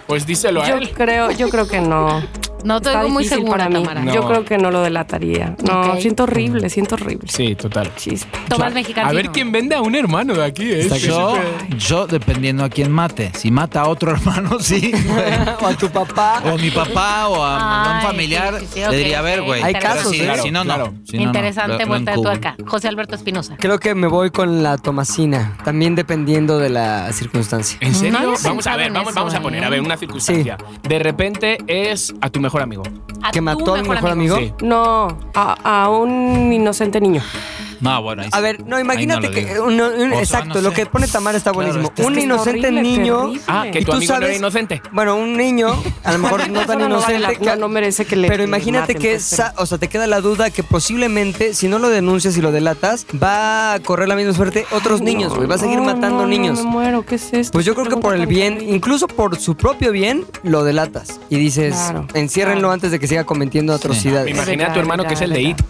Pues díselo a
Yo
¿eh?
él.
creo, yo creo que no.
No te
Está
veo muy
difícil
segura,
para mí.
Tamara.
No.
Yo creo que no lo delataría. No,
Ok.
siento horrible, siento horrible.
Sí, total.
Chispa.
Tomás mexicano.
A ver quién vende a un hermano de aquí. ¿eh?
Yo, yo, dependiendo a quién mate. Si mata a otro hermano, sí. güey.
o a tu papá.
O a mi papá o a
Ay,
un familiar,
sí, sí, sí,
le
ok,
diría, a ver,
ok,
güey.
Hay
pero
casos,
sí,
¿eh?
Si no,
Claro.
no. Si no, no.
Interesante
Lo- lo
vuelta de tu
encubo.
acá. José Alberto Espinosa.
Creo que me voy con la Tomasina, también dependiendo de la circunstancia.
¿En
No
serio?
había
vamos
pensado
a ver,
en
vamos,
eso,
vamos
¿eh?
a poner, a ver, una circunstancia. De repente es a tu mejor amigo.
A
¿Que
tu
mató a mi mejor amigo?
Sí.
No, a, a un inocente niño.
No, bueno. ahí
A
sí.
ver, no,
Ahí
imagínate
lo
que.
digo.
un- un-
O sea,
exacto,
no
lo
sé.
que pone Tamara está
Claro,
buenísimo.
está-
un
Es
inocente
horrible,
niño.
terrible.
Ah,
¿Y
que tu
tú
amigo no
sabes?
era inocente.
Bueno, un niño, a lo mejor no tan
Eso no vale
inocente.
la-
que-
no, no merece que le-
Pero
que
imagínate
maten,
que,
pues, pero-
sa- o sea, te queda la duda que posiblemente, si no lo denuncias y lo delatas, va a correr la misma suerte otros niños, güey. Va a seguir
No, Oh,
matando
no, no,
niños.
me muero, ¿qué es esto?
Pues yo creo que por el bien, incluso por su propio bien, lo delatas. Y dices,
Claro,
enciérrenlo
claro.
antes de que siga cometiendo atrocidades.
Imagina a tu
Claro,
hermano que es el de
claro,
IT.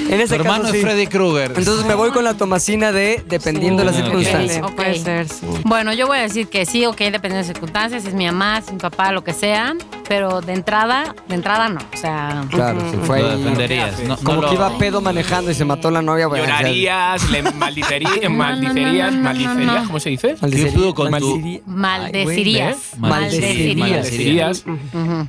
En
Tu
ese
hermano pues,
caso,
es
sí.
Freddy Krueger.
Entonces me voy con la tomacina de dependiendo de la
Sí.
circunstancia.
Ok.
Puede ser, sí.
Bueno, yo voy a decir que sí, ok, depende de las circunstancias, si es mi mamá, si es mi papá, lo que sea. pero de entrada, de entrada no. O sea,
Claro, se fue
Lo
ahí.
defenderías. No, no
Como
lo-
que iba pedo manejando y se mató la novia. bueno, o sea,
Llorarías, le maldicerías, maldicerías, maldicerías, ¿cómo se dice?
maldecería-
¿Qué pudo con tu-
maldecería-
maldecirías.
¿ves?
Maldecirías.
Maldicerías.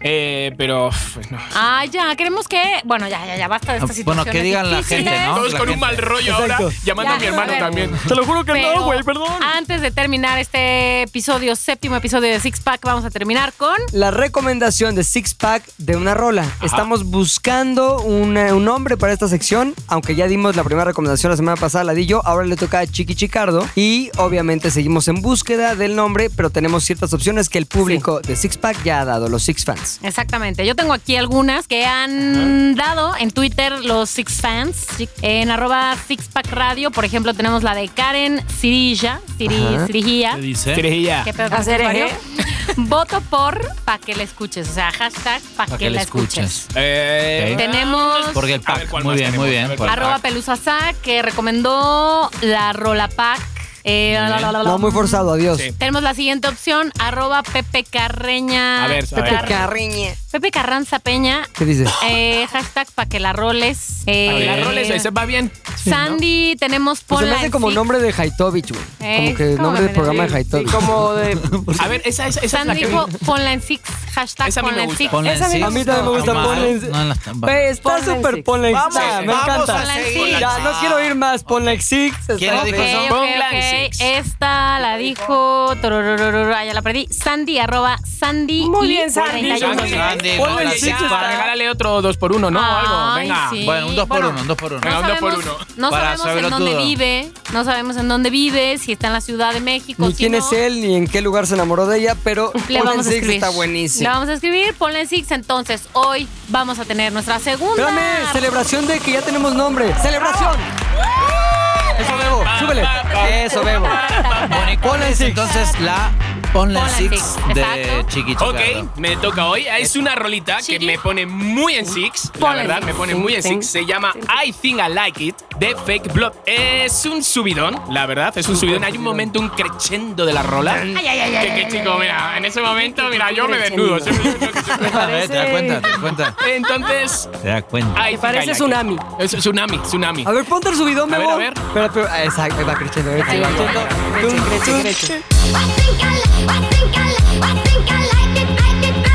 Eh, pero, pues no.
Ah, ya, queremos que. Bueno, ya, ya, ya, basta de esta situación.
Ah, Bueno, que digan la gente, ¿no?
Todos
La
con un
gente-
mal rollo ahora, llamando
Ya,
a mi hermano
joder.
también. Te lo juro
Pero Antes de terminar este episodio, séptimo episodio de Six Pack, vamos a terminar con.
La recomendación de Six Pack de una rola. Estamos buscando un, eh, un nombre para esta sección, aunque ya dimos la primera recomendación la semana pasada, la di yo. Ahora le toca a Chiqui Chicardo. Y obviamente seguimos en búsqueda del nombre, pero tenemos ciertas opciones que el público de Six Pack ya ha dado, los Six Fans.
Exactamente. Yo tengo aquí algunas que han dado en Twitter los Six Fans. En arroba Six Pack Radio, por ejemplo, tenemos la de Karen Cirilla. Ciri,
Ajá.
Cirilla.
¿Qué dice?
Cerejilla.
¿Qué pedo con
Hacer
este usuario?
eje.
Voto por pa' que la escuches. O sea, hashtag pa'
Para
que, la escuches.
Eh,
Ok.
Tenemos
Porque el
A ver,
pack.
¿cuál
Muy
más
bien, muy
tenemos?
bien.
A ver,
por el
Arroba
pack.
Pelusasa que recomendó la Rola Pack. Eh,
Muy bien.
la, la, la, la.
No, muy forzado, adiós.
Sí.
Tenemos la siguiente opción, arroba Pepe Carreña.
A ver, a
Pepe,
ver.
Car- Pepe Carranza Peña.
¿Qué dices?
eh, hashtag pa' que la roles. Eh,
a ver, las roles, ese va bien.
Sandy, tenemos
Pues se me
Ponla
hace
en
como
Six.
nombre de Haitovich, güey.
Eh,
Como que
es como
nombre del
medio-
programa de
Sí,
Haitovich.
como de.
A ver, esa, esa, esa es la
Sandy
que
dijo
vi.
ponla en six. Hashtag
Esa a mí
ponla
me
en
gusta.
six.
Ponla en
Esa sí
six.
A mí también me gusta
No,
ponle.
no, no, no.
Güey, está
Ponle en
súper
Six.
ponle. en
Vamos,
Six. Ah, me
vamos
encanta.
a
Ponla en
seguir.
Six.
Ya, no quiero ir más. Ponle Six.
¿Quién lo
Ok,
dijo
ok,
eso?
Ponla en
ok.
six.
Esta la dijo. tororororo, ah, ya la perdí. Sandy, arroba Sandy.
Muy
y
bien, Sandy.
41.
Sandy,
Sandy,
ponle
ponla
el
en
six,
six.
para regálale otro dos por uno, ¿no? O algo.
Ay,
Venga.
sí.
Bueno, un dos por
Bueno,
uno, un dos por uno.
No
Venga, un dos por
sabemos,
uno.
no
Para
sabemos en
saberlo
dónde
todo.
vive, no sabemos en dónde vive, si está en la Ciudad de México.
Ni
si
quién
no.
es él, ni en qué lugar se enamoró de ella, pero
Le
Ponle
vamos a
Six
escribir.
está
Le
buenísimo.
vamos a escribir, ponle en Six. Entonces, hoy vamos a tener nuestra segunda.
Espérame, celebración de que ya tenemos nombre. ¡Celebración! Eso bebo, súbele. Eso bebo.
Bueno, y ¿cuál es entonces la Ponla en
Ponla en
Six
Six,
de
exacto.
Chiqui Chicardo?
Ok, me toca hoy. Es una rolita que
Chiqui.
me pone muy en six. La
Ponla en
verdad,
six.
me pone muy en six. Se llama I Think I Like It de Fake Blood. Es un subidón, la verdad, es un subidón. Hay un momento, un crescendo de la rola. Que, que chico, mira, en ese momento, mira, yo me desnudo.
A ver, te das cuenta, te das cuenta.
Entonces,
Te das cuenta.
I Think I
Parece
Like It.
tsunami.
Es tsunami, tsunami.
A ver, ponte el subidón,
A ver,
bebo.
a ver.
Espera, pero, ah, exacto, ahí va creciendo, ahí va creciendo. Tum, tum.
I think I like, I think I like, I think I like it, like it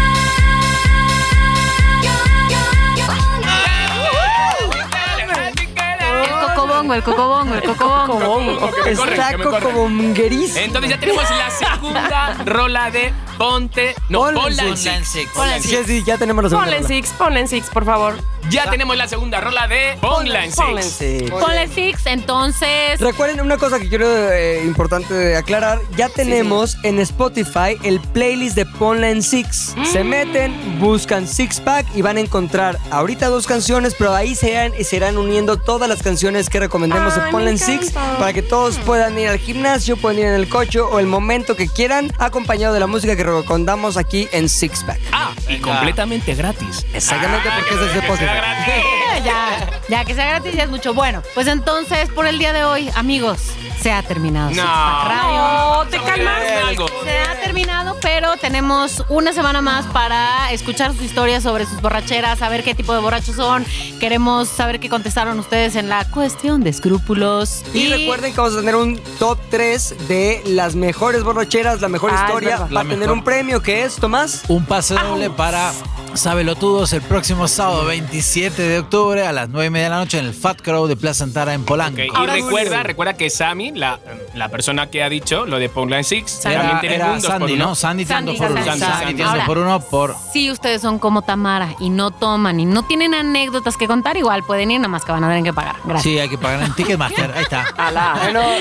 El cocobongo, el cocobongo, el cocobongo.
Que me corren, que
Está
me corren.
cocobonguerísimo.
Entonces ya tenemos la segunda rola de Ponte. No,
Ponla en
Ponla en
Ponla en
Six.
Six.
Ponla en
Sí, sí, ya tenemos la
Ponle en
segunda.
six, ponle en six, por favor.
Ah.
Ya tenemos la segunda rola de Ponla en
Ponle en
Six.
six.
Ponle en Six, entonces.
Recuerden una cosa que quiero eh, importante aclarar. Ya tenemos en Spotify el playlist de Ponla en Six.
Mm.
Se meten, buscan Six Pack y van a encontrar ahorita dos canciones, pero ahí se irán, se irán uniendo todas las canciones que recomendemos
Ay,
en Ponla
me
en Six
encanta.
para que todos puedan ir al gimnasio, pueden ir en el coche o el momento que quieran, acompañado de la música que recomendamos aquí en Six Pack.
Ah, y
Venga.
completamente gratis.
Exactamente porque
ah,
es de Spotify.
eh, Ya, ya que sea gratis ya es mucho. Bueno, pues entonces por el día de hoy, amigos, se ha terminado. Six
No.
Pack Radio.
No, te calmas.
Algo.
Se ha terminado, pero tenemos una semana más para escuchar sus historias sobre sus borracheras, saber qué tipo de borrachos son. Queremos saber qué contestaron ustedes en la cuestión de escrúpulos.
Y, recuerden que vamos a tener un top 3 de las mejores borracheras, la mejor
Ah, es
historia.
verdad.
Va a
La
tener
mejor.
un premio que es, Tomás.
Un pase doble para Sabelotudos el próximo sábado 27 de octubre a las 9 y media de la noche en el Fat Crow de Plaza Antara en Polanco.
Ok, Y recuerda, recuerda que Sammy, la, la persona que ha dicho lo de Ponla en Six,
Era,
también tiene
era
un dos por
Sandy,
uno.
¿no? Sandy tiene
Sandy,
dos por uno.
Sandy, Sandy.
Sandy tiene
Ahora.
dos por uno por
Si ustedes son como Tamara y no toman y no tienen anécdotas que contar, igual pueden ir, nada más que van a tener que pagar. Gracias.
Sí, hay que pagar en Ticketmaster. Ahí está.
Ala.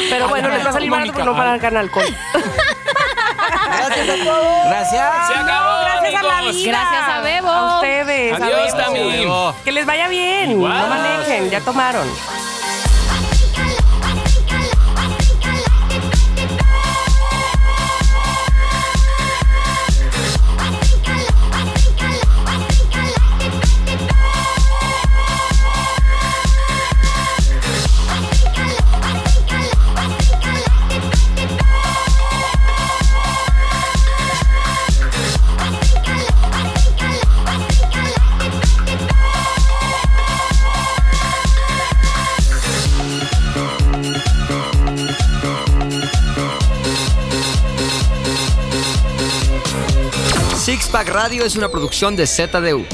pero bueno, les va a salir barato porque no van a ganar alcohol.
Gracias a todos.
Gracias.
Se acabó.
Gracias a la
amigos.
vida.
Gracias a Bebo.
A ustedes. a
Adiós,
Bebo.
Tami.
Que les vaya bien. No
Igual.
manejen, ya tomaron.
Thank you.
Flashback Radio es una producción de ZDU.